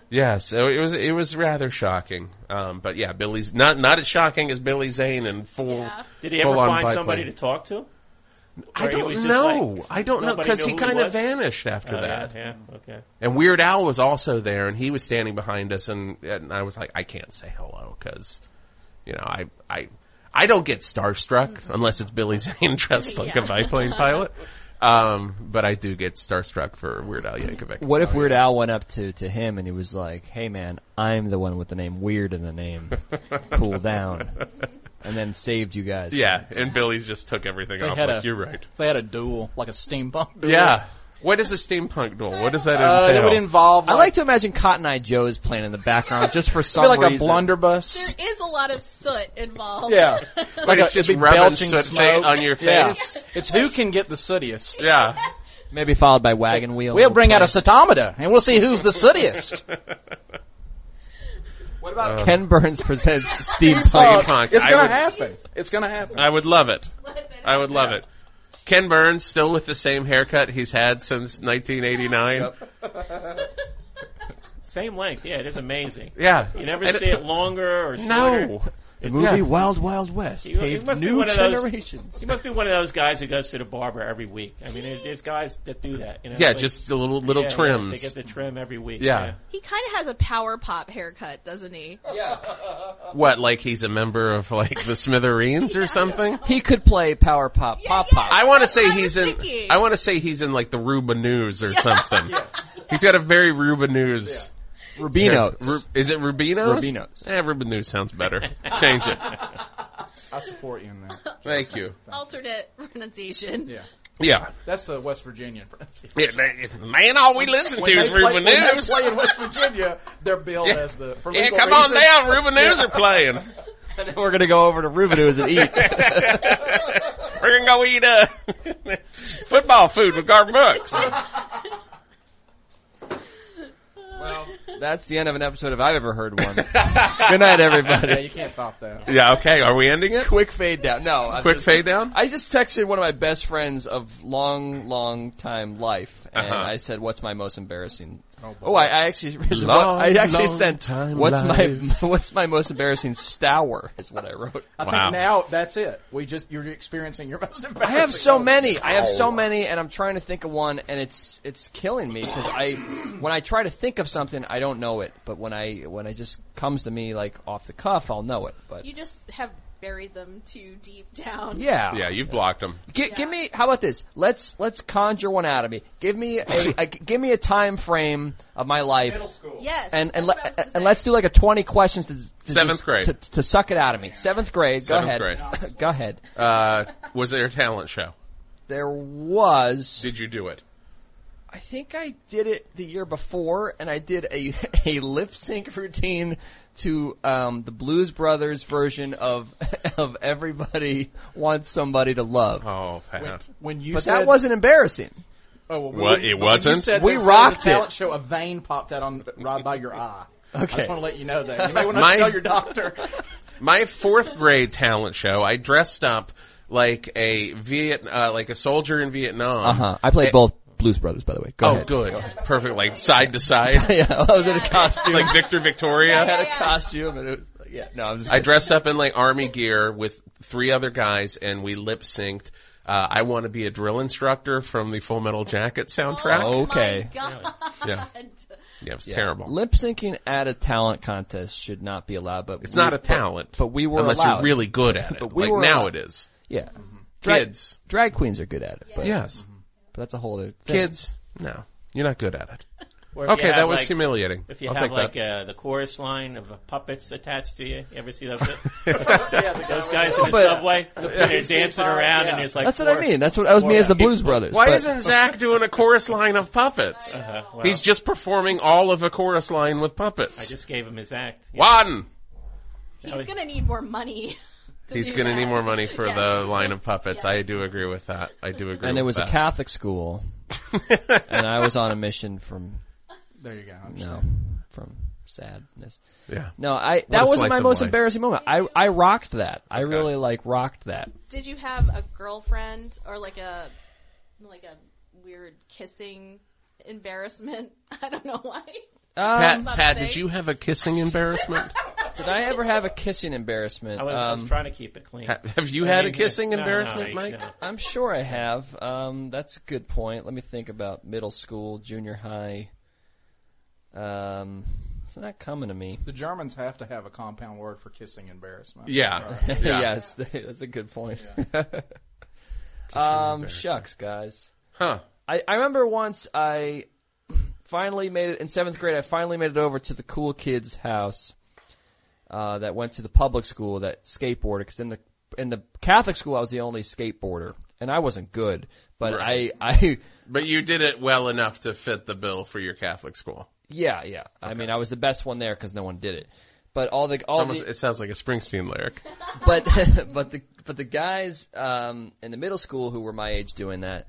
yes. So it was it was rather shocking. Um, but yeah, Billy's not not as shocking as Billy Zane and full.
Yeah.
Did he ever
full-on
find
biplane.
somebody to talk to?
I
Or he was
don't
just
know.
like-
I don't know
nobody
because
knew
he
who
kind of
was?
vanished after
Oh,
that.
Yeah, yeah, okay.
And Weird Al was also there, and he was standing behind us, and, and I was like, I can't say hello because, you know, I I I don't get starstruck unless it's Billy Zane dressed like a
Yeah.
biplane pilot. Um, but I do get starstruck for Weird Al Yankovic.
What if Weird Al went up to, to him and he was like, "Hey man, I'm the one with the name Weird in the name. cool down." And then saved you guys.
Yeah, and Billy's just took everything off.
had
Like,
a-
you're right.
They had a duel, like a steampunk duel.
Yeah. What is a steampunk duel? What does that
Uh, it
entail?
would involve.
I
Like,
like to imagine Cotton Eye Joe is playing in the background just for
it'd
some
be like a
reason.
blunderbuss.
There is a lot
soot involved.
Yeah, like
it's just
it'd be
rubbing
belching
soot
smoke.
fa- on your
Yeah.
face.
It's who can get the sootiest.
Yeah.
Maybe followed by wagon wheel.
We'll bring out a sotometer and we'll see who's the sootiest.
What about Ken Burns presents steampunk?
Steampunk.
it's
Uh, I
gonna
would-
happen. It's gonna happen.
I would love it.
of
I would love it. Ken Burns still with the same haircut he's had since 1989.
Same length. Yeah, it is amazing.
Yeah.
You never
And
see it longer or shorter.
No.
The movie
Yes.
Wild Wild West
He- he
paved
must be
new
one of those-
generations.
He must be one of those guys who goes to the barber every week. I mean, there- there's guys that do that. You know,
Yeah,
like-
just the little little
yeah, yeah,
trims.
They get the trim every week.
Yeah.
He kind of has a power pop haircut, doesn't he?
What, like he's a member of like the Smithereens or something?
He could play Power Pop Pop
yeah.
Pop.
I want to
That's
say
what I
he's
was
in.
thinking.
I want to say he's in like the Ruba News or something. He's got a very Ruba News.
Rubino.
Ru- is it Rubinos?
Rubinos.
Eh, Ruba News sounds better. Change it.
I support you in that.
Thank you.
Alternate pronunciation.
Yeah,
Yeah.
that's the West Virginia pronunciation.
Yeah, man- Man, all we listen to
When
is
they play,
Ruba
when they
News.
play in West Virginia, they're billed as the. For
Yeah,
legal
come on
reasons.
down. Ruba News are playing.
We're gonna go over to Rubido's and eat.
We're gonna go eat uh, football food with Garth Brooks.
That's the end of an episode if I've ever heard one. Good night, everybody.
Yeah, you can't top that.
Yeah. Okay. Are we ending it?
Quick fade down. No, I
Quick
just,
fade down.
I just texted one of my best friends of long, long time life, and
Uh-huh.
I said, "What's my most embarrassing Oh, I, I actually,
Long,
I actually
long
sent
time
what's
life.
my what's my most embarrassing stour is what I wrote.
I
Wow.
think now that's it. We just you're experiencing your most embarrassing.
I have so many. I have so many, and I'm trying to think of one, and it's it's killing me because I when I try to think of something, I don't know it, but when I when it just comes to me like off the cuff, I'll know it. But
You just have buried them too deep down.
Ah, yeah,
Yeah, you've blocked them.
Gi- Give me how about this? Let's let's conjure one out of me. Give me a, a give me a time frame of my life.
Yes.
And and,
that's what I was
let
gonna
and
say.
let's do like a twenty questions to, to
Seventh
just-
grade.
to, to suck it out of me. Seventh grade. Go
Seventh
ahead. go ahead.
Uh, was there a talent show?
There was.
Did you do it?
I think I did it the year before, and I did a a lip sync routine to um, the Blues Brothers version of of Everybody Wants Somebody to Love.
Oh, Pat.
When you
but
said,
that wasn't embarrassing.
Oh, well,
What,
when-
it
when you
wasn't?
said
We
there
rocked
was a talent
it.
Show a vein popped out on right by your eye. I
Okay.
just want to let you know that you may want to
My-
tell your doctor.
My fourth grade talent show, I dressed up like a Viet, uh, like a soldier in Vietnam.
Uh-huh. I played both Blues Brothers, by the way. Go
Oh, good. Perfect. Like side to side.
Yeah, I was in a costume.
like Victor Victoria.
I had a costume, and it was yeah. No, I was.
I dressed up in like army gear with three other guys and we lip synced. Uh, I want to be a drill instructor from the Full Metal Jacket soundtrack.
Oh
Okay.
My God.
Yeah. Yeah, it was terrible.
Lip syncing at a talent contest should not be allowed, but
it's not a talent.
but we were
Unless
allowed.
you're really good at it.
But we
like
were
now
allowed.
it is.
yeah. Drag-
Kids.
drag queens are good at it, but,
Yes.
but that's a whole other thing.
Kids. No. You're not good at it.
Or if you
Okay,
have,
that was
like-
humiliating.
If you
I'll
have
take
like
that.
uh, the chorus line of uh, puppets attached to you, you ever see those? those guys in the
But-
subway, and they're dancing around, and it's like Uh,
That's what I mean. That's what that was me as the Blues Brothers.
Why
but-
isn't Zach doing a chorus line of puppets?
Uh-huh.
He's just performing all of a chorus line with puppets.
I just gave him his act. Yeah.
One.
He's gonna need more money. to
He's
do
going to
that.
need more money for
Yes.
the line of puppets.
Yes.
I do agree with that. I do agree.
and it
with
was a
that.
Catholic school, and I was on a mission from
there you go. I'm
you know, from sadness.
Yeah.
No, I
a
that wasn't
slice
my
of
most
life.
embarrassing moment. I I rocked that. I really like rocked that.
Did you have a girlfriend or like a like a weird kissing embarrassment? I don't know why.
Pat,
Not
Pat,
today.
did you have a kissing embarrassment?
Did I ever have a kissing embarrassment?
I was, I was
Um,
trying to keep it clean.
Ha- have you had
I
a
mean,
kissing
no, no,
embarrassment,
I-
Mike?
no.
I'm sure I have. Um, that's a good point. Let me think about middle school, junior high. Um, it's not coming to me.
The Germans have to have a compound word for kissing embarrassment.
Yeah. Yeah.
yes, that's a good point. um, shucks, guys.
Huh.
I, I remember once I finally made it in seventh grade. I finally made it over to the cool kids' house uh, that went to the public school that skateboarded. Because in the in the Catholic school, I was the only skateboarder, and I wasn't good. But
Right.
I I
But you did it well enough to fit the bill for your Catholic school.
yeah yeah. I mean, I was the best one there because no one did it. But all the all
Almost,
the,
it sounds like a Springsteen lyric.
but but the but the guys um, in the middle school who were my age doing that,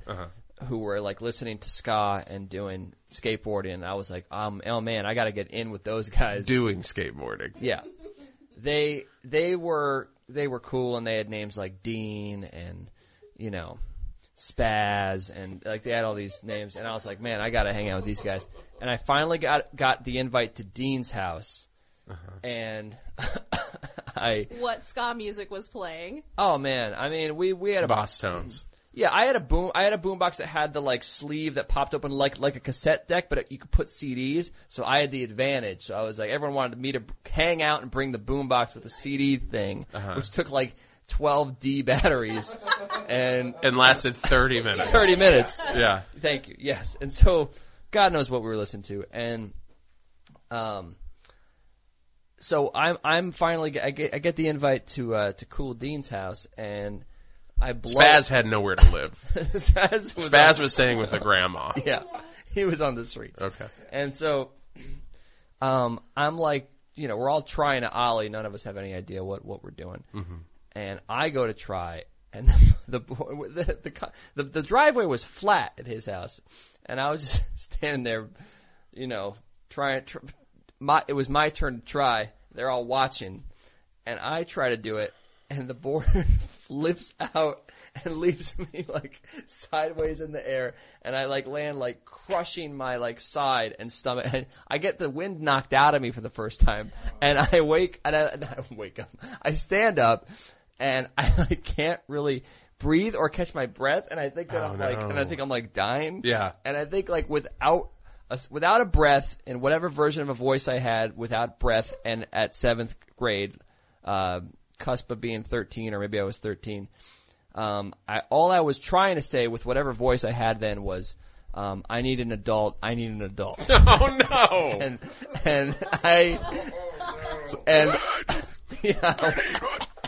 who were like listening to ska and doing skateboarding, I was like, um, oh man, I got to get in with those guys.
Doing skateboarding.
Yeah, they they were they were cool and they had names like Dean and you know Spaz and like they had all these names and I was like, man, I got to hang out with these guys. And I finally got got the invite to Dean's house, and I.
What ska music was playing?
Oh man, I mean, we we had a
Boss tones.
yeah, I had a boom I had a boombox that had the like sleeve that popped open like like a cassette deck, but it, you could put CDs. So I had the advantage. So I was like, everyone wanted me to hang out and bring the boombox with the CD thing,
Uh-huh.
which took like 12 D batteries and
And lasted 30 minutes.
30 minutes.
Yeah.
Thank you. Yes. And so God knows what we were listening to. And, um, so I'm, I'm finally, I get, I get the invite to, uh, to Cool Dean's house and I blow.
Spaz had nowhere to live.
Spaz was
Spaz was staying with a grandma.
yeah, he was on the streets.
Okay.
And so, um, I'm like, you know, we're all trying to ollie. None of us have any idea what what we're doing. And I go to try, and the the boy- the, the co- the the driveway was flat at his house, and I was just standing there, you know, trying. Tr- my it was my turn to try. They're all watching, and I try to do it, and the board flips out and leaves me like sideways in the air, and I like land like crushing my like side and stomach, and I get the wind knocked out of me for the first time, and I wake and I, and I wake up, I stand up, and I like, can't really breathe or catch my breath, and I think that
Oh,
I'm like, and I
no.
think I'm like dying,
Yeah.
and I think like without. a s- Without a breath, in whatever version of a voice I had, without breath, and at seventh grade, uh, cusp of being thirteen, or maybe I was thirteen, um, I, all I was trying to say with whatever voice I had then was, um, I need an adult. I need an adult.
Oh no!
and and I and yeah,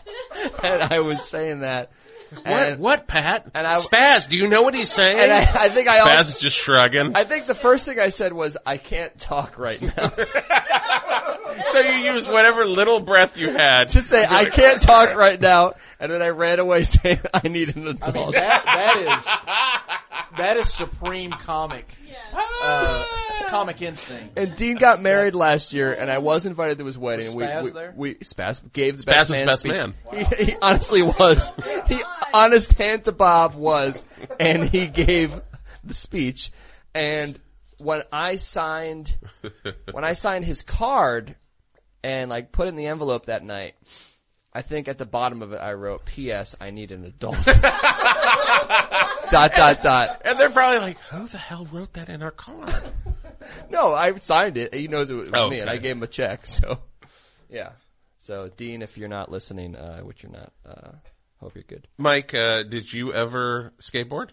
and I was saying that.
what?
And,
What, Pat?
and I-
Spaz, do you know what he's saying?
And I, I think I
Spaz
also,
is just shrugging.
I think the first thing I said was, I can't talk right now.
so you use whatever little breath you had
to say I can't talk right now, and then I ran away saying I need an adult.
that, that is that is supreme comic uh, comic instinct.
And Dean got married last year, and I was invited to his wedding.
Was Spaz
we, we,
there?
we Spaz gave the
Spaz
best
was
man.
best
speech.
man.
He, he honestly was. He honest hand to Bob was, and he gave the speech. And when I signed, when I signed his card, and like put it in the envelope that night, I think at the bottom of it I wrote, "P.S. I need an adult." dot dot dot.
and they're probably like, "Who the hell wrote that in our car?"
No, I signed it. He knows it was
Oh,
me, and
okay.
I gave him a check. So, yeah. So, Dean, if you're not listening, uh, which you're not, uh, hope you're good.
Mike, uh, did you ever skateboard?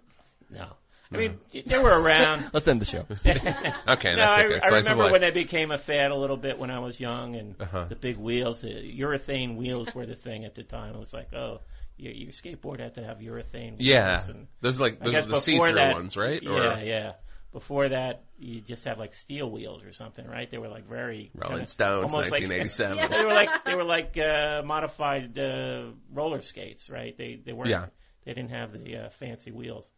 No. I mean, they were around.
Let's end the show.
Okay,
No,
that's
I,
okay.
I
Slice of
remember
life. Uh-huh.
when they became a fad a little bit when I was young, and the big wheels, the urethane wheels were the thing at the time. It was like, oh, your, your skateboard had to have urethane. Wheels.
yeah,
and
those are like
I
those
guess
are the
before
see-through
that-
ones, right?
Yeah, yeah. Before that, you just had like steel wheels or something, right? They were like very
Rolling
kinda-
Stones,
almost like-
1987.
they were like they were like uh, modified uh, roller skates, right? They they weren't.
Yeah.
They didn't have the uh, fancy wheels.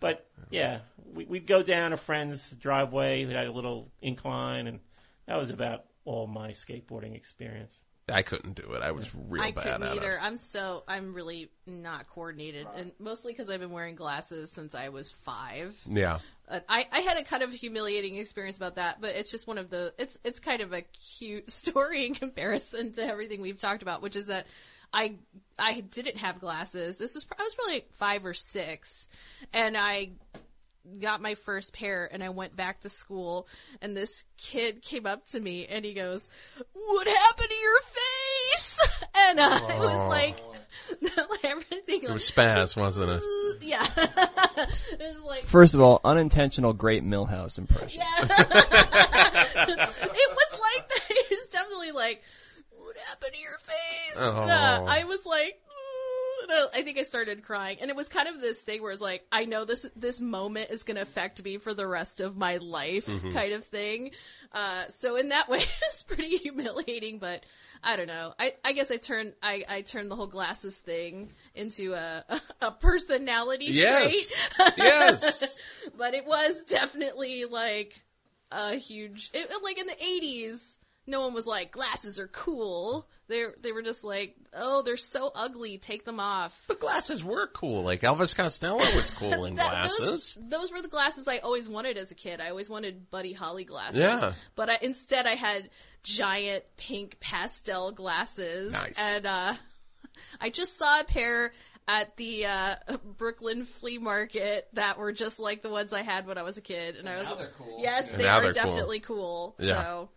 But yeah, we, we'd go down a friend's driveway who had a little incline, and that was about all my skateboarding experience.
I couldn't do it. I was real
I
bad
couldn't
at
either.
it.
I'm so I'm really not coordinated, and mostly because I've been wearing glasses since I was five.
Yeah.
Uh, I, I had a kind of humiliating experience about that, but it's just one of the it's it's kind of a cute story in comparison to everything we've talked about, which is that I I didn't have glasses. This was pr- I was probably like five or six, and I got my first pair and I went back to school and this kid came up to me and he goes, "What happened to your face?" And uh, I was like, like everything
It
like,
was spaz, wasn't it?
yeah, it was like
First of all, unintentional great Millhouse impression.
it was like that. It was definitely like, what happened to your face?
Oh.
And, uh, I was like, "Ooh," and I- I think I started crying, and it was kind of this thing where it's like, I know this this moment is going to affect me for the rest of my life,
Mm-hmm.
kind of thing. Uh, so in that way, it's pretty humiliating, but I don't know. I, I guess I turned I, I turned the whole glasses thing into a a, a personality trait
Yes. yes.
but it was definitely like a huge it, it- like in the 80s no one was like glasses are cool they they were just like oh they're so ugly take them off
But glasses were cool. Like Elvis Costello was cool in
That- those-
glasses.
those, were the glasses i always wanted as a kid i always wanted buddy holly glasses
Yeah.
but I, instead i had giant pink pastel glasses
Nice.
and uh I just saw a pair at the uh, Brooklyn flea market that were just like the ones I had when I was a kid, and I was like, "Yes, they
Now
are
they're cool.
definitely cool."
Yeah.
So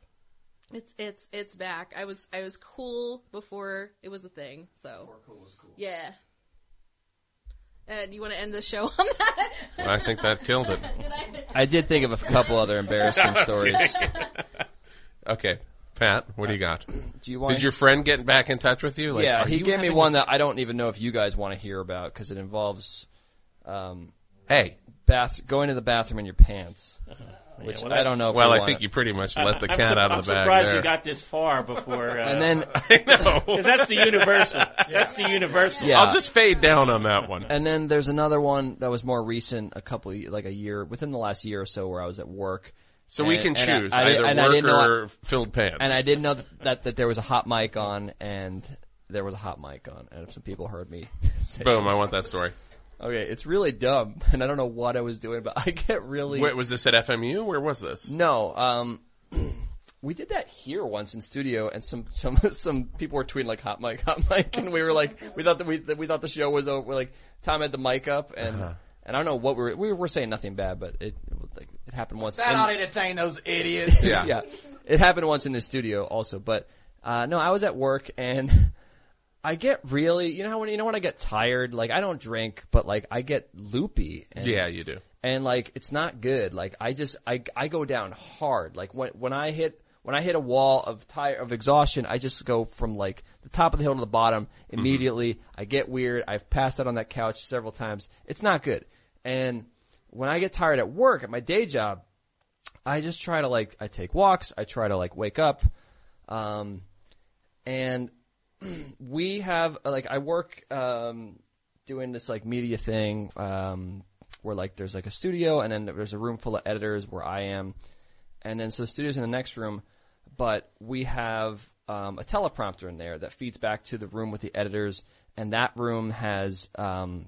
it's it's it's back. I was I was cool before it was a thing. So Yeah. And you want to end the show on that?
I think that killed it.
Did I?
I did think of a couple other embarrassing stories.
Okay. Pat, what do you got?
Do you want?
Did your friend get back in touch with you? Like,
yeah,
are
he
you
gave me
having
one that I don't even know if you guys want to hear about because it involves um,
a- Hey,
bath going to the bathroom in your pants, which
Yeah, well,
I don't know. If
well,
we
I
wanna-
think you pretty much let the
I'm
cat
sur-
out
I'm
of the bag.
surprised
there.
you got this far before. Uh,
And then,
I know.
because that's the universal. That's the universal.
yeah,
I'll just fade down on that one.
And then there's another one that was more recent, a couple of- like a year within the last year or so, where I was at work.
So we can
And- and I-
choose
I did-
either
and I
work
didn't know-
or filled pants.
And I didn't know that that there was a hot mic on, and there was a hot mic on, and some people heard me. Say
Boom!
some
I want that story.
Okay, it's really dumb, and I don't know what I was doing, but I get really
Wait, was this at FMU? Where was this?
no. Um, we did that here once in studio, and some some some people were tweeting like "hot mic, hot mic," and we were like, we thought that we that we thought the show was over. Like Tom had the mic up, and and I don't know what we were we were saying nothing bad, but it it, was like, it happened once. And-
entertain those idiots.
Yeah.
yeah. It happened once in the studio also, but uh, no, I was at work and I get really, you know how when you know when I get tired, like I don't drink, but like I get loopy. And,
Yeah, you do.
And like it's not good. Like I just I I go down hard. Like when when I hit when I hit a wall of tire of exhaustion, I just go from like the top of the hill to the bottom
Mm-hmm.
immediately. I get weird. I've passed out on that couch several times. It's not good. And when I get tired at work at my day job, I just try to like I take walks. I try to like wake up, um, and we have uh, like I work um, doing this like media thing um, where like there's like a studio and then there's a room full of editors where I am, and then so the studio's in the next room, but we have um, a teleprompter in there that feeds back to the room with the editors, and that room has um,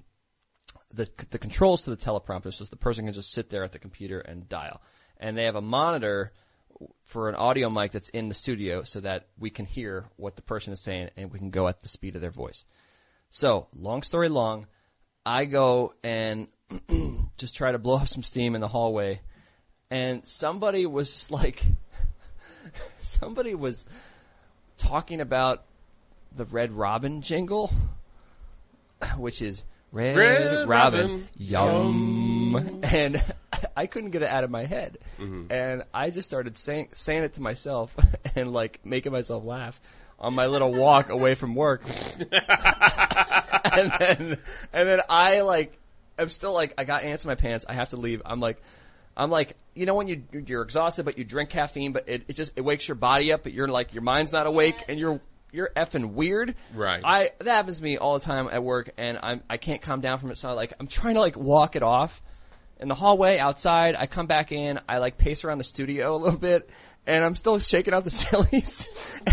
the the controls to the teleprompter, so the person can just sit there at the computer and dial. And they have a monitor for an audio mic that's in the studio, so that we can hear what the person is saying, and we can go at the speed of their voice. So, long story long, I go and just try to blow off some steam in the hallway, and somebody was just like, somebody was talking about the Red Robin jingle, which is Red,
Red
Robin,
Robin,
yum, and I couldn't get it out of my head,
Mm-hmm.
and I just started saying saying it to myself and like making myself laugh on my little walk away from work and then and then I like I'm still like I got ants in my pants. I have to leave. I'm like I'm like you know when you you're exhausted but you drink caffeine but it, it just it wakes your body up but you're like your mind's not awake and you're you're effing weird.
Right.
I that happens to me all the time at work and I'm I can't calm down from it so I like I'm trying to like walk it off in the hallway outside. I come back in. I like pace around the studio a little bit. And I'm still shaking out the sillies,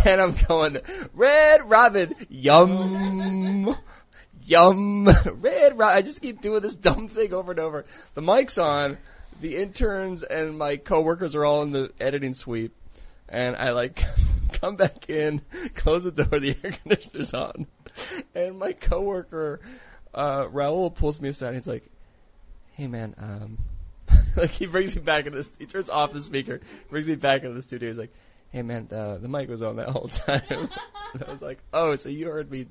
and I'm going, Red Robin, yum, yum, Red Robin. I just keep doing this dumb thing over and over. The mic's on. The interns and my coworkers are all in the editing suite, and I like come back in, close the door, the air conditioner's on, and my coworker, uh, Raul pulls me aside. and He's like, hey man, um, like he brings me back into this, he turns off the speaker, brings me back into the studio. He's like, hey man, uh, the mic was on that whole time. and I was like, oh, so you heard me.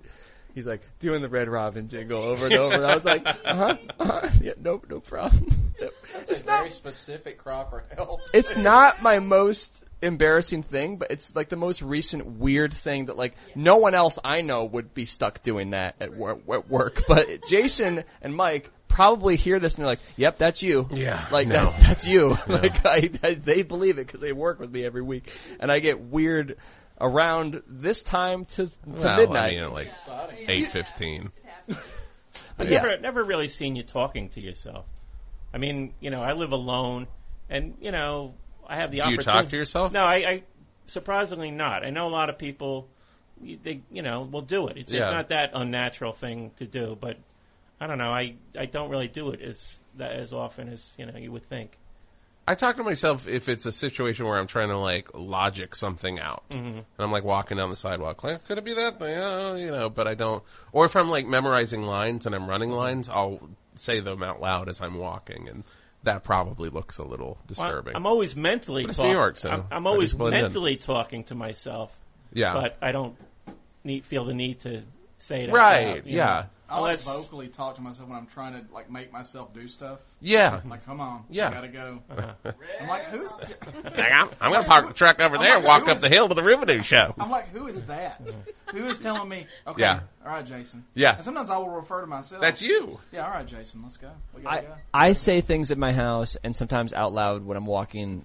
He's like doing the Red Robin jingle over and over. And I was like, uh huh, uh-huh. yeah, no, no problem. it's not,
specific cry for help.
it's not my most embarrassing thing, but it's like the most recent weird thing that like no one else I know would be stuck doing that at, wor- at work. But Jason and Mike probably hear this and they're like, "Yep, that's you."
Yeah,
like
no.
that, that's you. Like I, I, they believe it because they work with me every week, and I get weird around this time to to
Well,
midnight.
I mean, like eight fifteen.
But yeah.
Never, never really seen you talking to yourself. I mean, you know, I live alone, and you know, I have the
Do you
opportunity.
talk to yourself?
No, I, I surprisingly not. I know a lot of people. you- They, you know, will do it. It's,
Yeah.
it's not that unnatural thing to do, but I don't know. I, I don't really do it as that as often as you know you would think.
I talk to myself if it's a situation where I'm trying to like logic something out, and I'm like walking down the sidewalk, like could it be that thing? Uh, you know, but I don't. Or if I'm like memorizing lines and I'm running lines, I'll say them out loud as I'm walking, and that probably looks a little
Well,
disturbing.
I'm always mentally.
it's
talk-
New York, so
I'm, I'm
I
always
just blend in. Oh.
mentally talking to myself.
yeah,
but I don't need, feel the need to say it. out
right,
loud, you
yeah,
know.
I like
Unless-
vocally talk to myself when I'm trying to like make myself do stuff.
yeah.
Like, come on,
Yeah. Uh-huh.
I gotta go. I'm like, who's?
Like, I'm, I'm gonna park the truck over there and walk up the hill to the Revenue Show.
I'm like, who is that? who is telling me? Okay,
Yeah.
all right, Jason.
Yeah.
And sometimes I will refer to myself.
That's you.
Yeah, all right, Jason. Let's go. We gotta
I,
go.
I say things at my house and sometimes out loud when I'm walking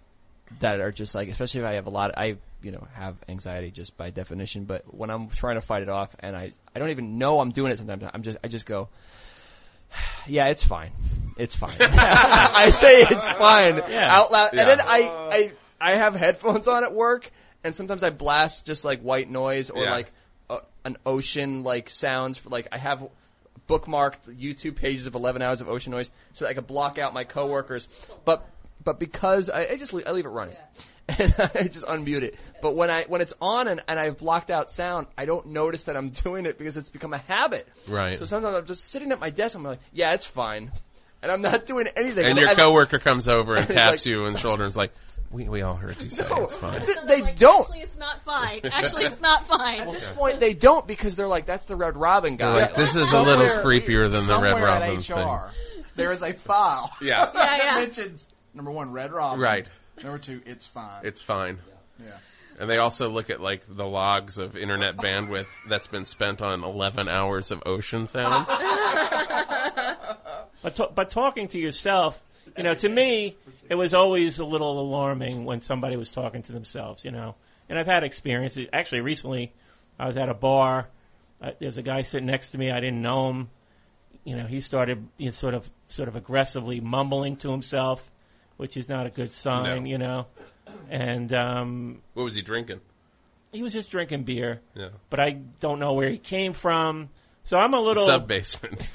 that are just like, especially if I have a lot, I, you know, have anxiety just by definition, but when I'm trying to fight it off and I, I don't even know I'm doing it sometimes, I'm just, I just go, yeah, it's fine. It's fine. I say it's fine out loud. And then I, I, I have headphones on at work and sometimes I blast just like white noise or
Yeah.
like a, an ocean like sounds for like I have
bookmarked the YouTube pages of 11 hours of ocean noise so that I could block out my coworkers. But but because I, I just leave, I leave it running. And I just unmute it. But when I when it's on and, and I've blocked out sound, I don't notice that I'm doing it because it's become a habit.
Right.
So sometimes I'm just sitting at my desk. I'm like, yeah, it's fine, and I'm not doing anything.
And your
I've-
coworker comes over and
Like-
taps you on the shoulder and is like, we, we all heard you say
No,
it's fine.
th-
So they're
they
like,
don't.
Actually, it's not fine. Actually, it's not fine.
At this point, they don't because they're like, that's the Red Robin guy.
Like, this is a little
Somewhere-
creepier than the
somewhere
Red
at
Robin thing.
HR, There is a file
Yeah.
Yeah,
that
yeah.
mentions number one, Red Robin.
Right.
Number two, it's fine.
It's fine.
yeah.
And they also look at like the logs of internet bandwidth that's been spent on 11 hours of ocean sounds.
But, to- but talking to yourself, you know, to me, it was always a little alarming when somebody was talking to themselves, you know. And I've had experiences. Actually, recently, I was at a bar. Uh, There's a guy sitting next to me. I didn't know him. You know, he started you know, sort of sort of aggressively mumbling to himself, which is not a good sign,
No.
you know. And um,
What was he drinking?
he was just drinking beer,
Yeah.
but I don't know where he came from. So I'm a little.
Sub basement.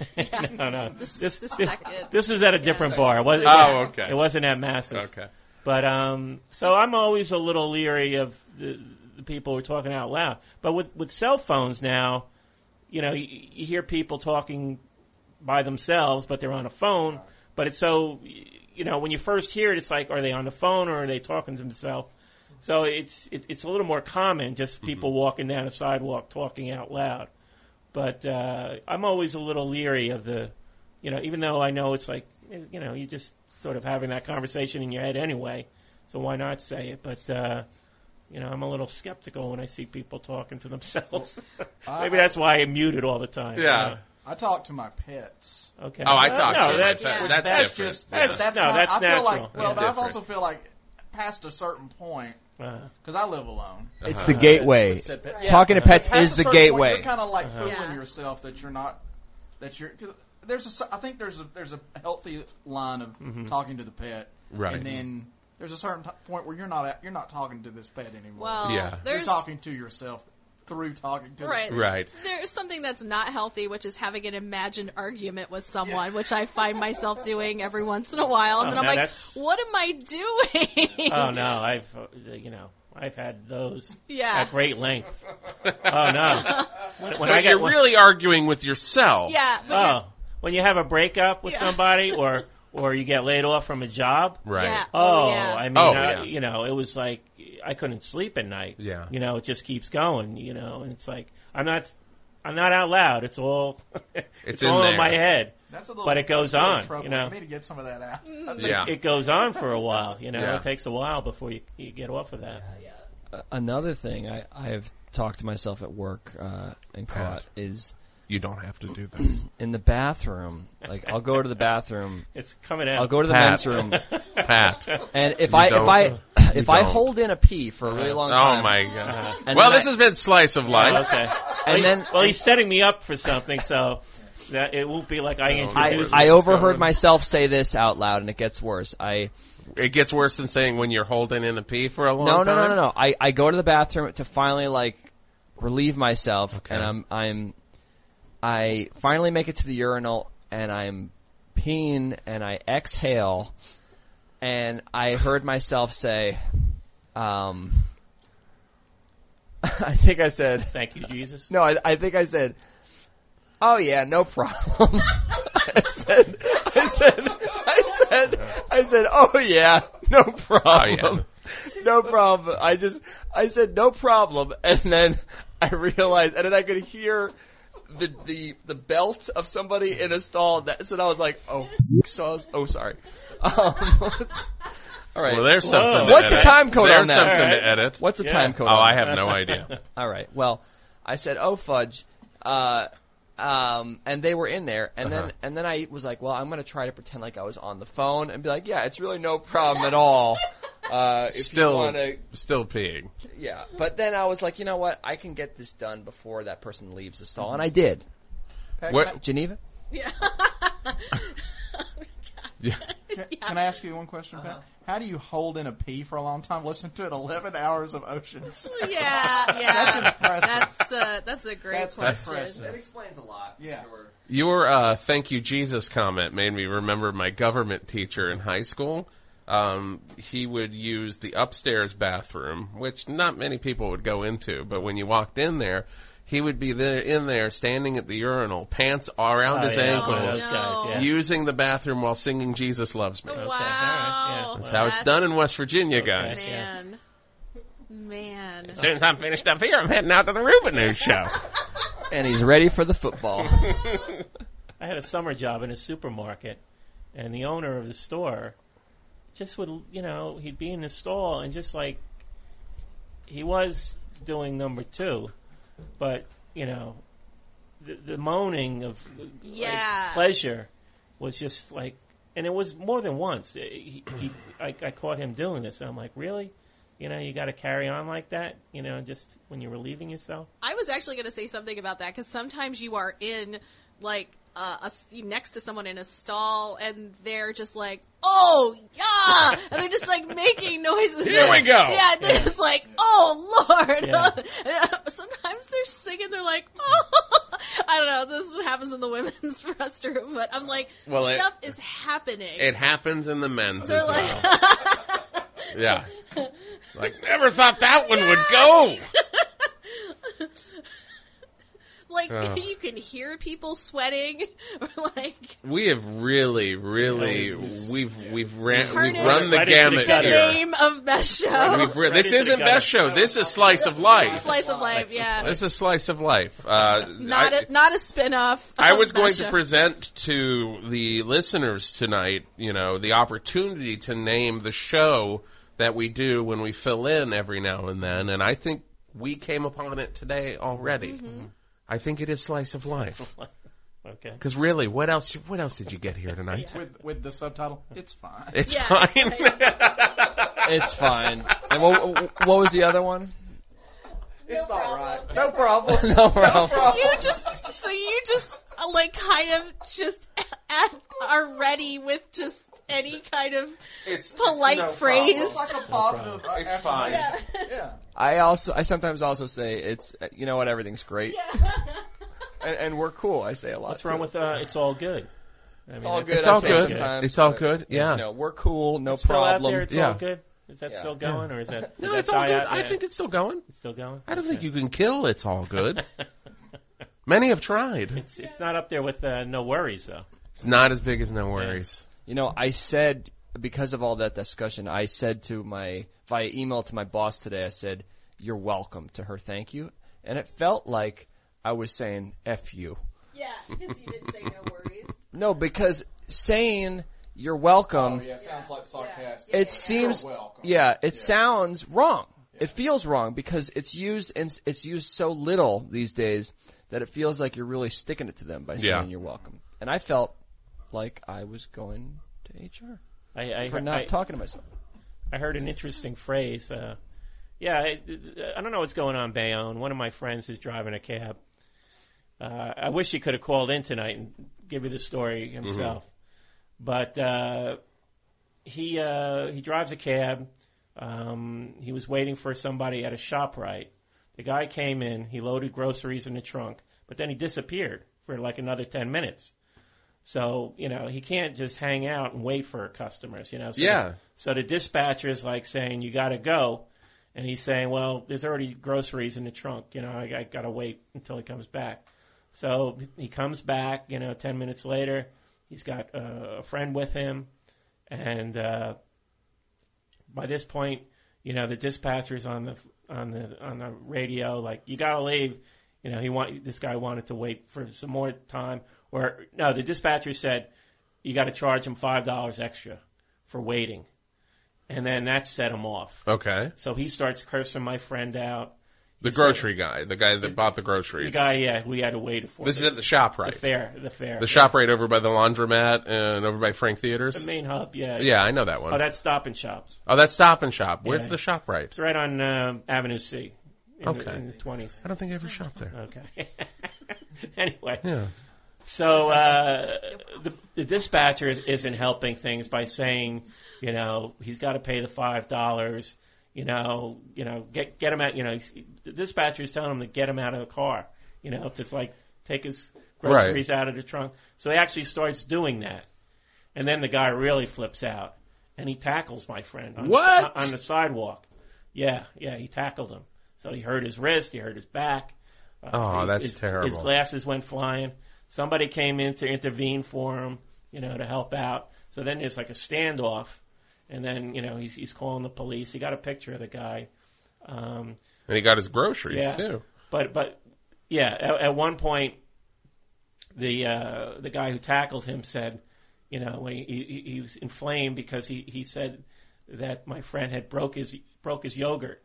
no, no.
This,
This-
the second.
This is at a different bar. It wasn't,
Oh, okay.
It wasn't at Masses.
Okay.
But um, so I'm always a little leery of the, the people who are talking out loud. But with with cell phones now, you know, you, you hear people talking by themselves, but they're on a phone. But it's so, y- you know, when you first hear it, it's like, are they on the phone or are they talking to themselves? So it's it, it's a little more common, just people walking down a sidewalk talking out loud. But uh, I'm always a little leery of the, you know, even though I know it's like, you know, you just sort of having that conversation in your head anyway, so why not say it? But uh, you know, I'm a little skeptical when I see people talking to themselves. Maybe that's why I mute it all the time. you
Yeah.
know?
I talk to my pets.
Okay.
Oh, I
Uh,
talked
no,
to
that's,
him. That's,
yeah.
that's,
That's
different.
just
That's-
that's
no,
not-
that's
I feel
natural.
like well,
That's
but I've
different.
also feel like past a certain point
Uh,
because I live alone.
It's
Uh-huh.
the gateway.
Said pet-
Talking to pets
Past
is
a
the
certain Point,
gateway.
you're kind of like fooling
Yeah.
yourself that you're not that you're. Cause there's a. cer- I think there's a there's a healthy line of
Mm-hmm.
talking to the pet,
Right.
And then there's a certain t- point where you're not at- you're not talking to this pet anymore.
Well,
Yeah.
you're
there's
talking to yourself through talking to
right.
the
Right.
There's something that's not healthy, which is having an imagined argument with someone, which I find myself doing every once in a while, and
Oh,
then I'm
now
like,
that's-
"What am I doing?"
oh no, I've uh, you know I've had those
Yeah.
at great length. Oh no, when, when
But
I get
you're
when-
really arguing with yourself.
yeah, but you're-
oh when you have a breakup with
Yeah.
somebody or or you get laid off from a job.
Right.
yeah.
Oh,
yeah.
I mean,
Oh,
I-
yeah.
you know, it was like I couldn't sleep at night.
Yeah.
you know, it just keeps going. You know, and it's like I'm not, I'm not out loud. It's all, it's,
in
all
there.
in my head.
That's a little,
But it goes
that's a little
on,
troubling.
you know.
I need to get some of that out.
Mm-hmm.
Yeah.
It goes on for a while. You know,
Yeah.
it takes a while before you, you get off of that.
Another thing I, I have talked to myself at work uh, and
Pat.
caught is
You don't have to do this.
in the bathroom. Like I'll go to the bathroom.
It's coming out.
I'll go to the
Pat.
men's room,
Pat.
and if I if
don't.
I if I
don't.
hold in a pee for a really long time,
Oh my god.
and
Well,
then
this
I-
has been Slice of Life.
Okay.
and then
Well, he's setting me up for something, so that it won't be like I
I,
introduced.
I overheard
going.
myself say this out loud, and it gets worse. I
It gets worse than saying when you're holding in a pee for a long
no,
time.
no, no, no, no. I, I go to the bathroom to finally like relieve myself, and I'm I'm I finally make it to the urinal, and I'm peeing, and I exhale, and I heard myself say, um, I think I said
Thank you, Jesus.
no, I, I think I said, "Oh yeah, no problem." I said, I said, I said, I said, "Oh yeah, no
Oh,
problem, no problem." I just, I said, "No problem," and then I realized, and then I could hear the the the belt of somebody in a stall. That, so I was like, "Oh, f- so I was- oh, sorry." Um, all right.
Well, there's something. to
What's the
edit.
time code
there's
on that?
something
All right.
to edit.
What's the
Yeah.
time code?
Oh,
on
I
that?
have no idea.
All right. Well, I said, "Oh fudge," uh, um, and they were in there, and
Uh-huh.
then and then I was like, "Well, I'm going to try to pretend like I was on the phone and be like, yeah, it's really no problem at all." Uh, if you
Still,
wanna,
still peeing.
yeah. But then I was like, you know what? I can get this done before that person leaves the stall, and I did.
What?
Geneva.
Yeah.
Yeah.
Can, can I ask you one question,
Uh-huh.
Pat? How do you hold in a pee for a long time? Listen to it. Eleven hours of oceans.
yeah, yeah.
impressive.
That's uh, that's a great
That's
question.
impressive.
That explains a lot. for
Yeah.
Sure.
Your uh, thank you Jesus comment made me remember my government teacher in high school. Um, he would use the upstairs bathroom, which not many people would go into, but when you walked in there, he would be there in there standing at the urinal, pants around
Oh,
his
yeah,
ankles,
one of those guys, yeah.
using the bathroom while singing Jesus Loves Me.
Wow,
right, yeah.
That's how it's done in West Virginia, guys.
Yeah.
man, man.
As soon as I'm finished up here, I'm heading out to the Ruben News show.
And he's ready for the football.
I had a summer job in a supermarket, and the owner of the store just would, you know, he'd be in the stall and just like he was doing number two, but you know, the, the moaning of like,
Yeah.
pleasure was just like, and it was more than once. He, he, I, I caught him doing this, and I'm like, really? You know, you got to carry on like that. You know, just when you're relieving yourself.
I was actually going to say something about that because sometimes you are in like uh, a s next to someone in a stall and they're just like, "Oh yeah," and they're just like making noises.
Here we go.
Yeah, and they're
Yeah.
just like, "Oh Lord." uh,
Yeah.
Sometimes they're singing. They're like, "Oh," I don't know. This is what happens in the women's restroom, but I'm like,
Well, it-
stuff is happening.
It happens in the men's
They're
as
like-
well. Yeah. Like, never thought that one would go.
like
Oh.
you can hear people sweating, or like.
We have really, really,
Yeah,
we've we've ran,
Tarnished.
we've run the
Right into the
gamut
the
gutter.
here.
name of best show.
We've re-
Right
this
into the
isn't
gutter.
best show. This is slice of life.
slice of life, yeah.
This is slice of life. Uh,
Not
I-
a not a spin off.
I was going to present to the listeners tonight, you know, the opportunity to name the show that we do when we fill in every now and then, and I think we came upon it today already. I think it is slice of life.
Okay.
Because really, what else? What else did you get here tonight?
With with the subtitle, it's fine.
It's
Yeah.
fine.
it's fine. And what, what was the other one?
it's all right. No problem.
No problem.
You just so you just uh, like kind of just at, are ready with just any kind of
It's
polite phrase.
It's like a positive.
It's fine.
Yeah.
I also I sometimes also say it's uh, you know what everything's great and, and we're cool. I say a lot.
What's wrong with uh, it's all good? I mean, it's
all good.
It's all
I say
good.
sometimes,
It's all
but,
good.
you
Yeah.
know, we're cool. No
still out
problem.
there? It's
Yeah.
all good. Is that
Yeah.
still going, or is that? did
No,
that
it's all
die
good.
out
I
yet?
think it's still going.
it's still going.
I don't think you can kill. It's all good. Many have tried.
It's, it's not up there with uh, no worries though.
It's not as big as no worries.
You know, I said because of all that discussion, I said to my via email to my boss today. I said, "You're welcome." To her, thank you, and it felt like I was saying "f you."
Yeah, because you didn't say no worries.
No, because saying "you're welcome,"
Oh, Yeah, sounds like sarcastic.
it seems
You're welcome.
yeah it sounds wrong it feels wrong because it's used and it's used so little these days that it feels like you're really sticking it to them by saying
Yeah.
you're welcome and i felt like i was going to hr
I, I,
for not
I,
talking to myself
I heard an interesting phrase. Uh, yeah, I, I don't know what's going on, Bayonne. One of my friends is driving a cab. Uh, I wish he could have called in tonight and give you the story himself. But uh, he uh, he drives a cab. Um, he was waiting for somebody at a shop right. The guy came in. He loaded groceries in the trunk, but then he disappeared for like another ten minutes. So you know he can't just hang out and wait for customers. You know. So
Yeah.
so the dispatcher is like saying, "You got to go," and he's saying, "Well, there's already groceries in the trunk. You know, I, I got to wait until he comes back." So he comes back. You know, ten minutes later, he's got uh, a friend with him, and uh, by this point, you know, the dispatcher's on the on the on the radio, like, "You got to leave." You know, he want this guy wanted to wait for some more time, or no, the dispatcher said, "You got to charge him five dollars extra for waiting," and then that set him off.
Okay.
So he starts cursing my friend out.
The grocery guy, the guy that bought the
The
groceries.
guy, yeah, who he had to wait for.
This is
the,
at the shop, right?
the fair, the fair,
The shop right over by the laundromat and over by Frank Theaters.
the main hub. Yeah,
Yeah, I know that
Oh,
one.
that's Stop and Shops.
Oh, that's Stop and Shop. Where's
Yeah.
the shop right?
It's right on um Avenue C. In
Okay.
The, in the 20s.
I don't think I ever shopped there.
Okay. anyway.
Yeah.
So uh, the, the dispatcher is, isn't helping things by saying, you know, he's got to pay the five dollars. You know, you know, get get him out. You know, he's- the dispatcher is telling him to get him out of the car. You know, to like take his groceries out of the trunk. So he actually starts doing that, and then the guy really flips out and he tackles my friend on,
What?
The, on the sidewalk. Yeah, yeah, he tackled him. So he hurt his wrist, he hurt his back. Uh,
Oh,
he-
that's
his, His
terrible.
glasses went flying. Somebody came in to intervene for him, you know, to help out. So then there's like a standoff, and then you know he's he's calling the police. He got a picture of the guy. Um,
And he got his groceries
yeah,
too.
but but yeah, at, at one point, the uh, the guy who tackled him said, you know, when he, he, he was inflamed because he, he said that my friend had broke his broke his yogurt,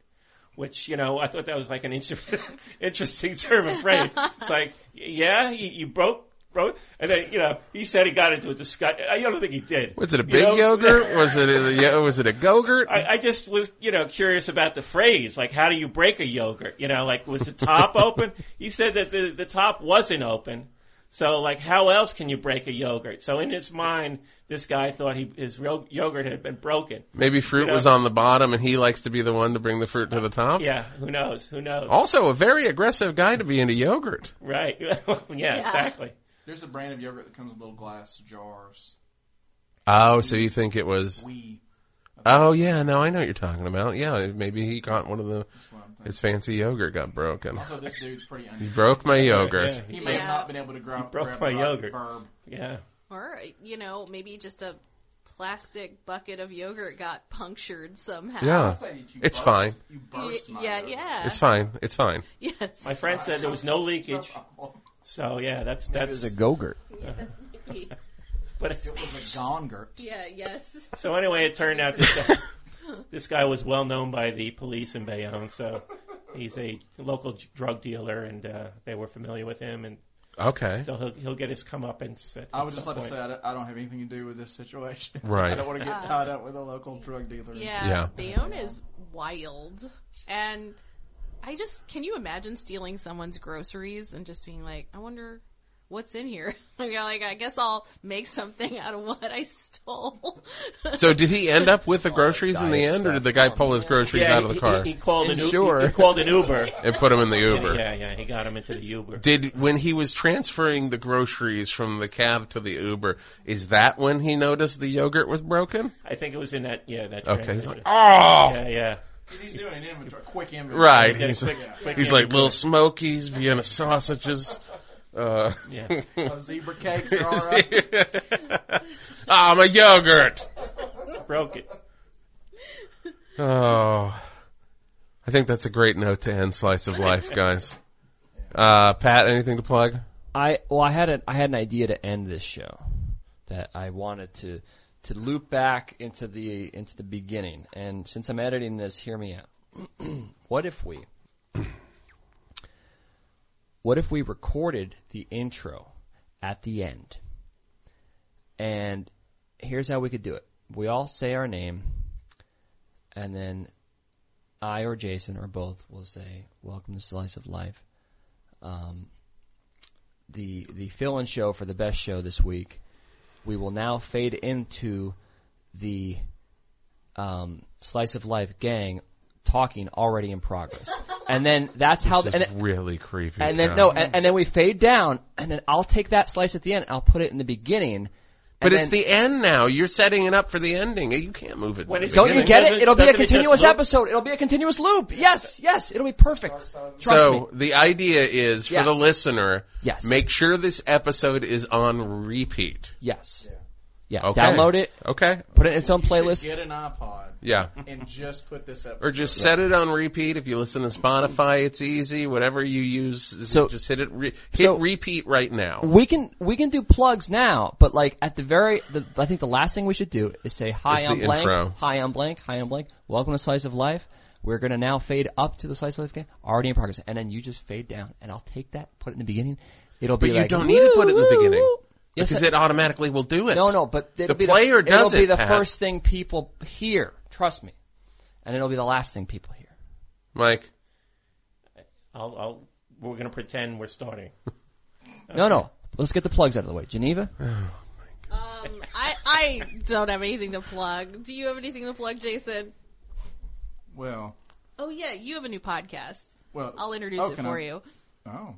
which you know I thought that was like an inter- interesting term of phrase. It's like, yeah, you, you broke. broke And then, you know, he said he got into a discussion. I don't think he did.
Was it a
You
big
know?
yogurt? Was it a, yeah, was it a gogurt?
I, I just was, you know, curious about the phrase. Like, how do you break a yogurt? You know, like, was the top open? He said that the, the top wasn't open. So, like, how else can you break a yogurt? So, in his mind, this guy thought he, his ro- yogurt had been broken.
Maybe fruit
know-
was on the bottom and he likes to be the one to bring the fruit to the top.
Yeah, who knows? Who knows?
Also, a very aggressive guy to be into yogurt.
Right. yeah, exactly.
There's a brand of yogurt that comes in little glass jars.
Oh, so you think it was?
We.
Oh yeah, no, I know what you're talking about. Yeah, maybe he got one of the
what I'm thinking.
his fancy yogurt got broken.
Also, this dude's pretty.
He
Un-
broke my yogurt.
Yeah,
he may
Yeah.
have not been able to grab.
broke
grab
my
the right
yogurt.
Verb.
yeah.
Or, you know, maybe just a plastic bucket of yogurt got punctured somehow.
Yeah,
I'd say that you
it's
burst-
fine.
You
Y-
burst my
yeah,
yogurt.
yeah.
It's fine. It's fine.
Yes.
My friend said there was no leakage. So, yeah, that's, that's,
Gogurt.
but it's,
It was a gongurt.
yeah, yes.
So anyway, it turned out this guy, this guy was well known by the police in Bayonne, so he's a local j- drug dealer, and uh, they were familiar with him, and
Okay.
so he'll he'll get his comeuppance. At,
I would just
some
like to say
point.
I don't, I don't have anything to do with this situation.
Right.
I don't want to get tied up with a local drug dealer.
Yeah.
Yeah.
Bayonne is wild. And I just, can you imagine stealing someone's groceries and just being like, I wonder what's in here? You know, like, I guess I'll make something out of what I stole.
So did he end up with the groceries in the
diet
end, or
stuff.
did the guy pull his groceries
yeah,
out of
he-
the car
He, he called an U-
Sure.
he, he called an Uber.
and put him in the Uber?
Yeah, yeah, he got him into the Uber.
Did when he was transferring the groceries from the cab to the Uber, is that when he noticed the yogurt was broken?
I think it was in that yeah that
Okay, he's like,
transition.
oh,
yeah yeah.
He's doing an inventory, quick inventory.
right.
Yeah,
He's,
quick- quick
he's
hand
like little Smokies, Vienna sausages. Uh,
Yeah.
Uh, zebra cakes are all right.
Uh-huh.
ah, my yogurt.
broke it.
Oh, I think that's a great note to end slice of life, guys. Uh, Pat, anything to plug?
I well, I had an I had an idea to end this show that I wanted to to loop back into the into the beginning. And since I'm editing this, hear me out. what if we What if we recorded the intro at the end? And here's how we could do it. We all say our name and then I or Jason or both will say, "Welcome to Slice of Life." Um, the the fill-in show for the best show this week. We will now fade into the um, slice of life gang talking already in progress, and then that's how.
This
and,
is really creepy.
and then
Pat.
no, and, and then we fade down, and then I'll take that slice at the end. I'll put it in the beginning.
but it's the end now. You're setting it up for the ending. You can't move it. to
When
the
it's-
Don't you
beginning.
get
Doesn't-
it? It'll be a
doesn't it just
continuous
loop?
episode. It'll be a continuous loop. Yes, yes, it'll be perfect. Trust me.
So the idea is for the
Yes.
listener,
Yes.
make sure this episode is on repeat.
Yes. Yeah.
Okay.
Download it.
Okay.
Put it in its own playlist.
Get an iPod
Yeah.
and just put this up.
Or just set it on repeat. If you listen to Spotify, it's easy. Whatever you use,
So-
just hit it. Re- hit
so-
repeat right now.
We can we can do plugs now, but like at the very, the, I think the last thing we should do is say hi.
It's the
I'm blank.
intro.
Hi, I'm blank. Hi, I'm blank. Welcome to Slice of Life. We're gonna now fade up to the Slice of Life game, already in progress, and then you just fade down, and I'll take that, put it in the beginning. It'll
But
be
you
like,
don't need to
woo,
put it in the
woo,
beginning
woo. Yes,
because
I-
it automatically will do it.
No, no, but it'll
the
be
player
the,
does
it'll be
it,
the
Pat.
first thing people hear. Trust me, and it'll be the last thing people hear.
Mike.
I'll, I'll we're gonna pretend we're starting.
No, no, Let's get the plugs out of the way. Geneva?
Um, I, I don't have anything to plug. Do you have anything to plug, Jason?
Well,
Oh yeah, you have a new podcast.
well,
I'll introduce
oh,
it
can
for
I-
you.
Oh,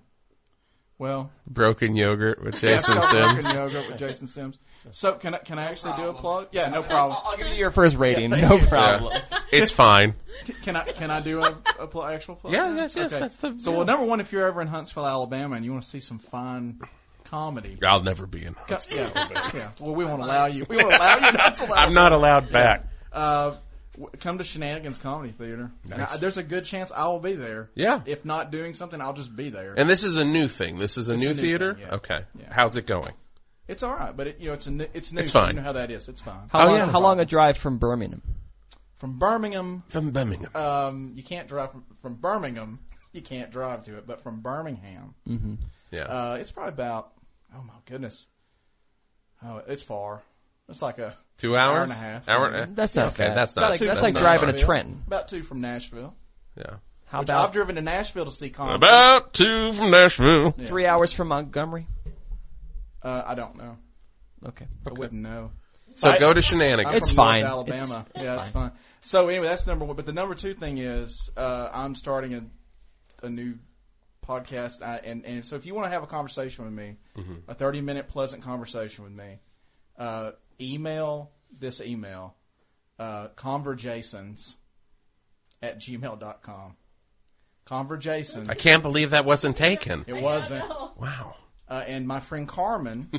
well,
Broken yogurt with Jason
Broken
Sims.
Yogurt with Jason Sims. So can I can I actually do a plug? Yeah, no problem.
I'll give you your first rating.
thank
no
you.
problem.
Yeah. It's fine.
Can I can I do a, a pl- actual plug?
Yeah, yes, yes, that's the-
so well, number one, if you're ever in Huntsville, Alabama, and you want to see some fine comedy,
I'll never be in.
Co- yeah, yeah. Well, we won't allow you. We won't allow you in Huntsville.
I'm not allowed back.
Uh, w- come to Shenanigans Comedy Theater. Now, there's a good chance I will be there.
Yeah.
If not doing something, I'll just be there.
And this is a new thing. This is a new
a new
theater.
thing, yeah.
Okay.
Yeah.
How's it going?
it's all right, but it, you know, it's a, n- it's new.
It's
You
fine.
know how that is. It's fine.
How,
Oh,
long,
yeah.
how long a drive from Birmingham?
From Birmingham,
From Birmingham.
um, you can't drive from, from Birmingham. You can't drive to it, but from Birmingham,
Mm.
yeah.
uh, it's probably about. Oh my goodness. Oh, it's far. It's like a
Two hours.
hour and a half.
Hour and a-
That's not
okay.
bad.
That's not.
That's like- that's
not
like driving
bad.
to Trenton.
About two from Nashville.
Yeah.
How
Which I've
about
driven to Nashville to see comedy.
About two from Nashville.
three hours from Montgomery?
Uh, I don't know.
Okay.
I wouldn't know.
So
I-
go to
I'm
Shenanigans.
It's
from North
fine.
Alabama.
It's- it's
yeah, it's fine. So anyway, that's number one. But the number two thing is, uh, I'm starting a a new podcast, I, and and so if you want to have a conversation with me,
Mm-hmm.
a 30 minute pleasant conversation with me, uh, email this email, uh, converjations at gmail.com. Converjason.
I can't believe that wasn't taken.
It wasn't.
Wow.
Uh, and my friend Carmen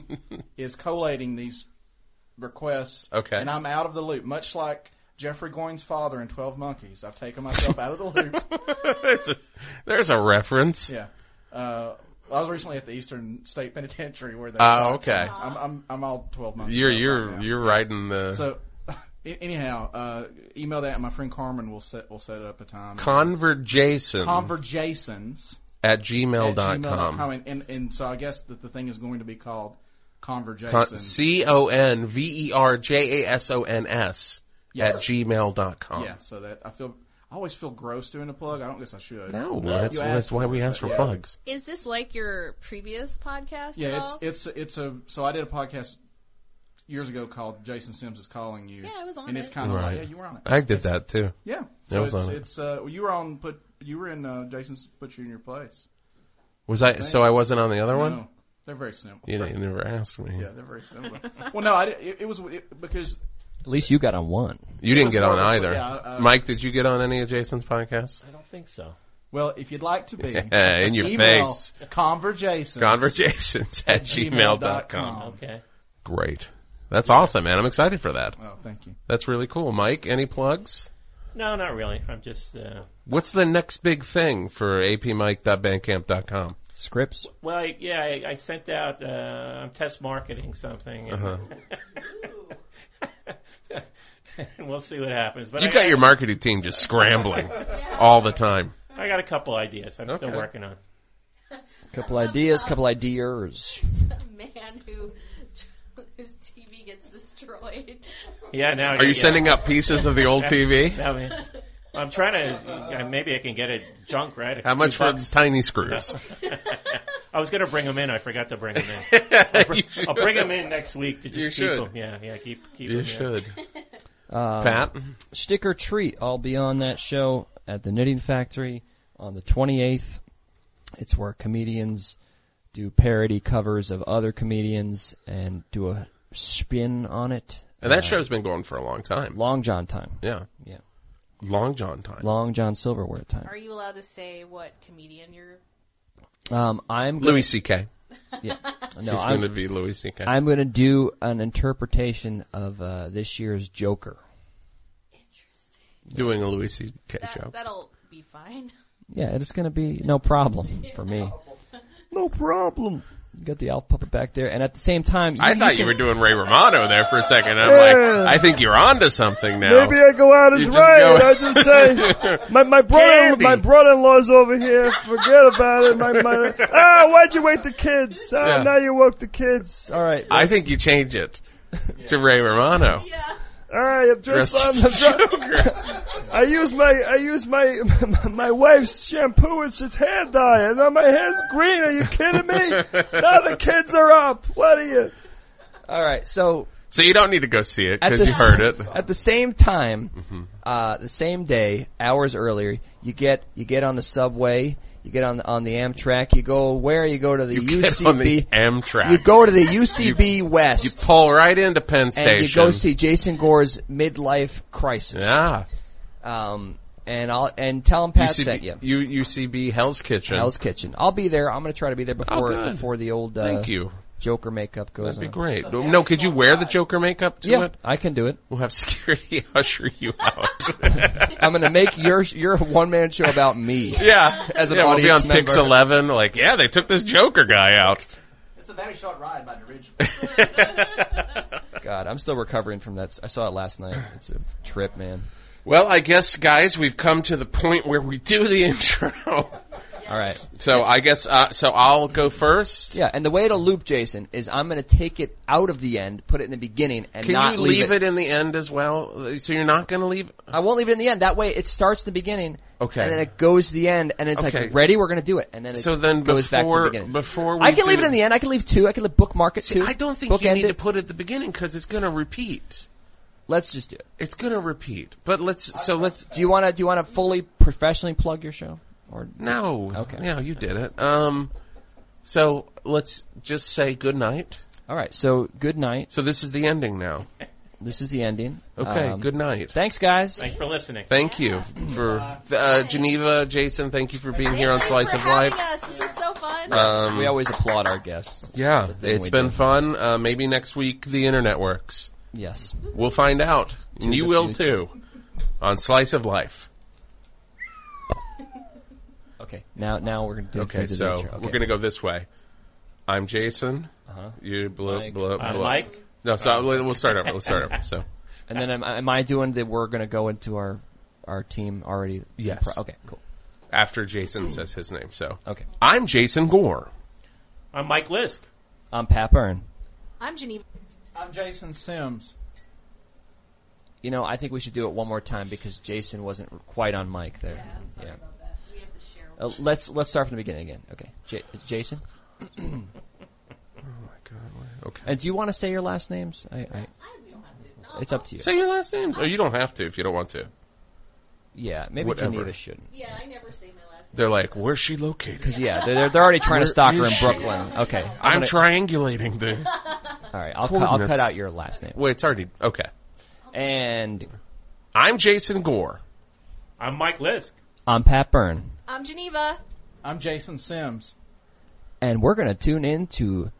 is collating these requests.
Okay.
And I'm out of the loop, much like Jeffrey Goins' father in 12 Monkeys. I've taken myself out of the loop.
there's, a, there's a reference.
Yeah. Uh, I was recently at the Eastern State Penitentiary where they.
Oh,
shot some-
okay.
I'm, I'm, I'm all 12 Monkeys.
You're
out
you're
right now.
you're riding the
So, a- anyhow, uh, email that, and my friend Carmen will set will set up a time.
converjason
Converjations.
at gmail
at
dot
gmail.com.
com.
And, and, and so I guess that the thing is going to be called
Con-
Converjations.
C O N V E R J A S O N S at
Yes.
gmail dot com.
Yeah, so that I feel I always feel gross doing a plug. I don't guess I should.
No, that's that's
you asked
why
for
we
it,
asked for
but yeah.
plugs.
Is this like your previous podcast? at
Yeah,
all?
it's it's it's a so I did a podcast years ago called Jason Sims is calling you.
Yeah, I was on
And it's
it.
kind of
Right.
like yeah, you were on it.
I did that too. I
yeah, so
was
it's
on it.
it's uh well, you were on put you were in uh, Jason's put you in your place.
Was I? So I wasn't on the other one.
No, they're very simple.
You, didn't- you never asked me.
Yeah, they're very simple. well, no, I did, it, it was it, because
At least you got on one.
You didn't
was
get on
horrible, so
either.
yeah, uh,
Mike, did you get on any of Jason's podcasts?
I don't think so.
well, if you'd like to be
In your
email
face.
converjations
Conversations at
gmail dot
gmail.com.
com.
Okay.
Great. That's awesome, man. I'm excited for that.
Oh, thank you.
That's really cool. Mike, any plugs?
No, not really. I'm just. Uh,
What's the next big thing for apmike.bandcamp.com?
Scripts.
well, I, yeah, I, I sent out. Uh, I'm test marketing something, and,
Uh-huh.
and we'll see what happens. But
You've
I,
got your marketing team just scrambling all the time.
I got a couple ideas. I'm still
Okay.
working on.
Couple ideas, couple ideas.
a man who whose TV gets destroyed.
Yeah. Now.
Are you sending up pieces of the old TV?
I mean, I'm trying to. uh, Maybe I can get it junk right. at
How
two
much for
bucks.
tiny screws?
I was going to bring them in. I forgot to bring them in. I'll, br- I'll bring them in next week to just
You
keep
should.
them. Yeah, yeah. Keep keep
You
them. yeah.
should.
Um,
Pat?
Stick or treat. I'll be on that show at the Knitting Factory on the 28th. It's where comedians do parody covers of other comedians and do a spin on it.
And that show's been going for a long time.
Long John time.
Yeah.
Yeah.
Long John time.
Long John Silverware time.
Are you allowed to say what comedian you're?
Um, I'm gonna,
Louis C.K.
no,
It's going to
I'm,
be Louis C.K.
I'm going to do an interpretation of uh, this year's Joker.
doing a Louis C.K.
That,
joke.
that'll be fine.
Yeah, it's going to be no problem for me. No problem. You got the elf puppet back there, and at the same time,
I thought you
can-
were doing Ray Romano there for a second. I'm like, I think you're onto something now.
Maybe I go out as
Oh. You just
right.
go-
I just say my my brother
Candy.
my brother in law's over here. Forget about it. My my ah, why'd you wake the kids? Ah,
Yeah.
now you woke the kids.
All right,
I think you change it to Ray Romano.
Yeah.
All right, I'm
Dressed
dressed. I'm,
as
I'm,
Joker.
I use my I use my my wife's shampoo. It's its hair dye, and now my hair's green. Are you kidding me? now the kids are up. What are you?
All right, so
So you don't need to go see it
at
because
the
you heard
s-
it. Mm-hmm.
at the same time, uh, the same day, hours earlier, you get you get on the subway, you get on the, on the Amtrak, you go where you go to the
Get on the
UCB,
Amtrak.
you go to the UCB West,
You pull right into Penn Station.
and you go see Jason Gore's midlife crisis.
Yeah.
Um, and I'll and tell him Pat sent you.
UCB, U- UCB Hell's Kitchen.
Hell's Kitchen. I'll be there. I'm going to try to be there before
Oh, good.
before the old uh,
Thank you.
Joker makeup goes
That'd be
on.
great. No, could you wear the Joker makeup to
Yeah,
it?
I can do it.
We'll have security usher you out.
I'm going to make your your one man show about me.
yeah.
As an
yeah, we'll be on
audience
Pix
member.
11. Like, yeah, they took this Joker guy out.
It's a very short ride by the ridge.
God, I'm still recovering from that. I saw it last night. It's a trip, man.
Well, I guess, guys, we've come to the point where we do the intro.
All right.
so I guess, uh, so I'll go first.
Yeah, and the way to loop Jason is I'm going to take it out of the end, put it in the beginning, and
Can
not
you leave, it. in the end as well? So you're not going to leave?
I won't leave it in the end. That way, it starts the beginning,
Okay.
and then it goes to the end, and it's
Okay.
like ready. We're going to do it, and then it
So then
goes back to
before-
the beginning.
before we
I can leave
do-
it in the end. I can leave two. I can leave bookmark it two.
I don't think you
bookend
need
it.
to put it at the beginning because it's going to repeat.
Let's just do it.
It's going to repeat. But let's, so let's,
Do you want to? Do you want to fully professionally plug your show? Or
no.
Okay.
No, you did it. Um, so let's just say good night.
all right. So good night.
So this is the ending now.
This is the ending.
Okay,
Um,
good night.
Thanks, guys.
Thanks for listening.
Thank you for uh, Geneva, Jason. Thank you for being here on
Thank you
Slice
for
of
having
Life. Uh,
Us. This was so fun.
we always applaud our guests.
Yeah,
That's the thing
it's
we
been
do.
fun. Uh, maybe next week the internet works.
Yes.
We'll find out, and you
the
will too, on Slice of Life.
Okay. Now, now we're gonna do.
Okay,
do the
so
intro. Okay. Uh-huh.
we're gonna go this way. I'm Jason. You blow,
Mike.
blow,
I'm
blow.
Mike.
No, so we'll we'll start over. We'll start over. So
And then am, am I doing that? We're gonna go into our our team already.
Yes.
Pro- Okay. Cool.
after Jason says his name, so
Okay.
I'm Jason Gore.
I'm Mike Lisk.
I'm Um, Pat Byrne.
I'm Geneva.
I'm Jason Sims.
You know, I think we should do it one more time because Jason wasn't quite on mic there. Yeah.
We have to share.
Uh, let's let's start from the beginning again. Okay. J- Jason.
Oh Okay.
And do you want to say your last names? I, I, it's up to you.
Say your last names. Oh, you don't have to if you don't want to.
Yeah. Maybe
Whatever.
Geneva shouldn't.
Yeah, I never say my last
They're like, where's she located?
Yeah. They're, they're- they're already trying to
Where
stalk her
is
in
she?
Brooklyn. Okay.
I'm
gonna-
triangulating the.
All right. I'll, cut I'll
coordinates.
cut out your last name.
Wait, it's already okay.
And
I'm Jason Gore.
I'm Mike Lisk.
I'm Pat Byrne.
name. I'm Geneva.
I'm Jason Sims.
and we're going to tune in to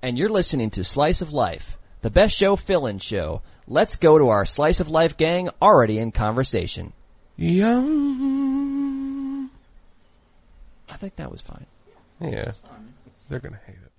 and you're listening to slice of life the best show fill-in show let's go to our slice of life gang already in conversation
Yum.
i think that was fine
Yeah, they're gonna hate it.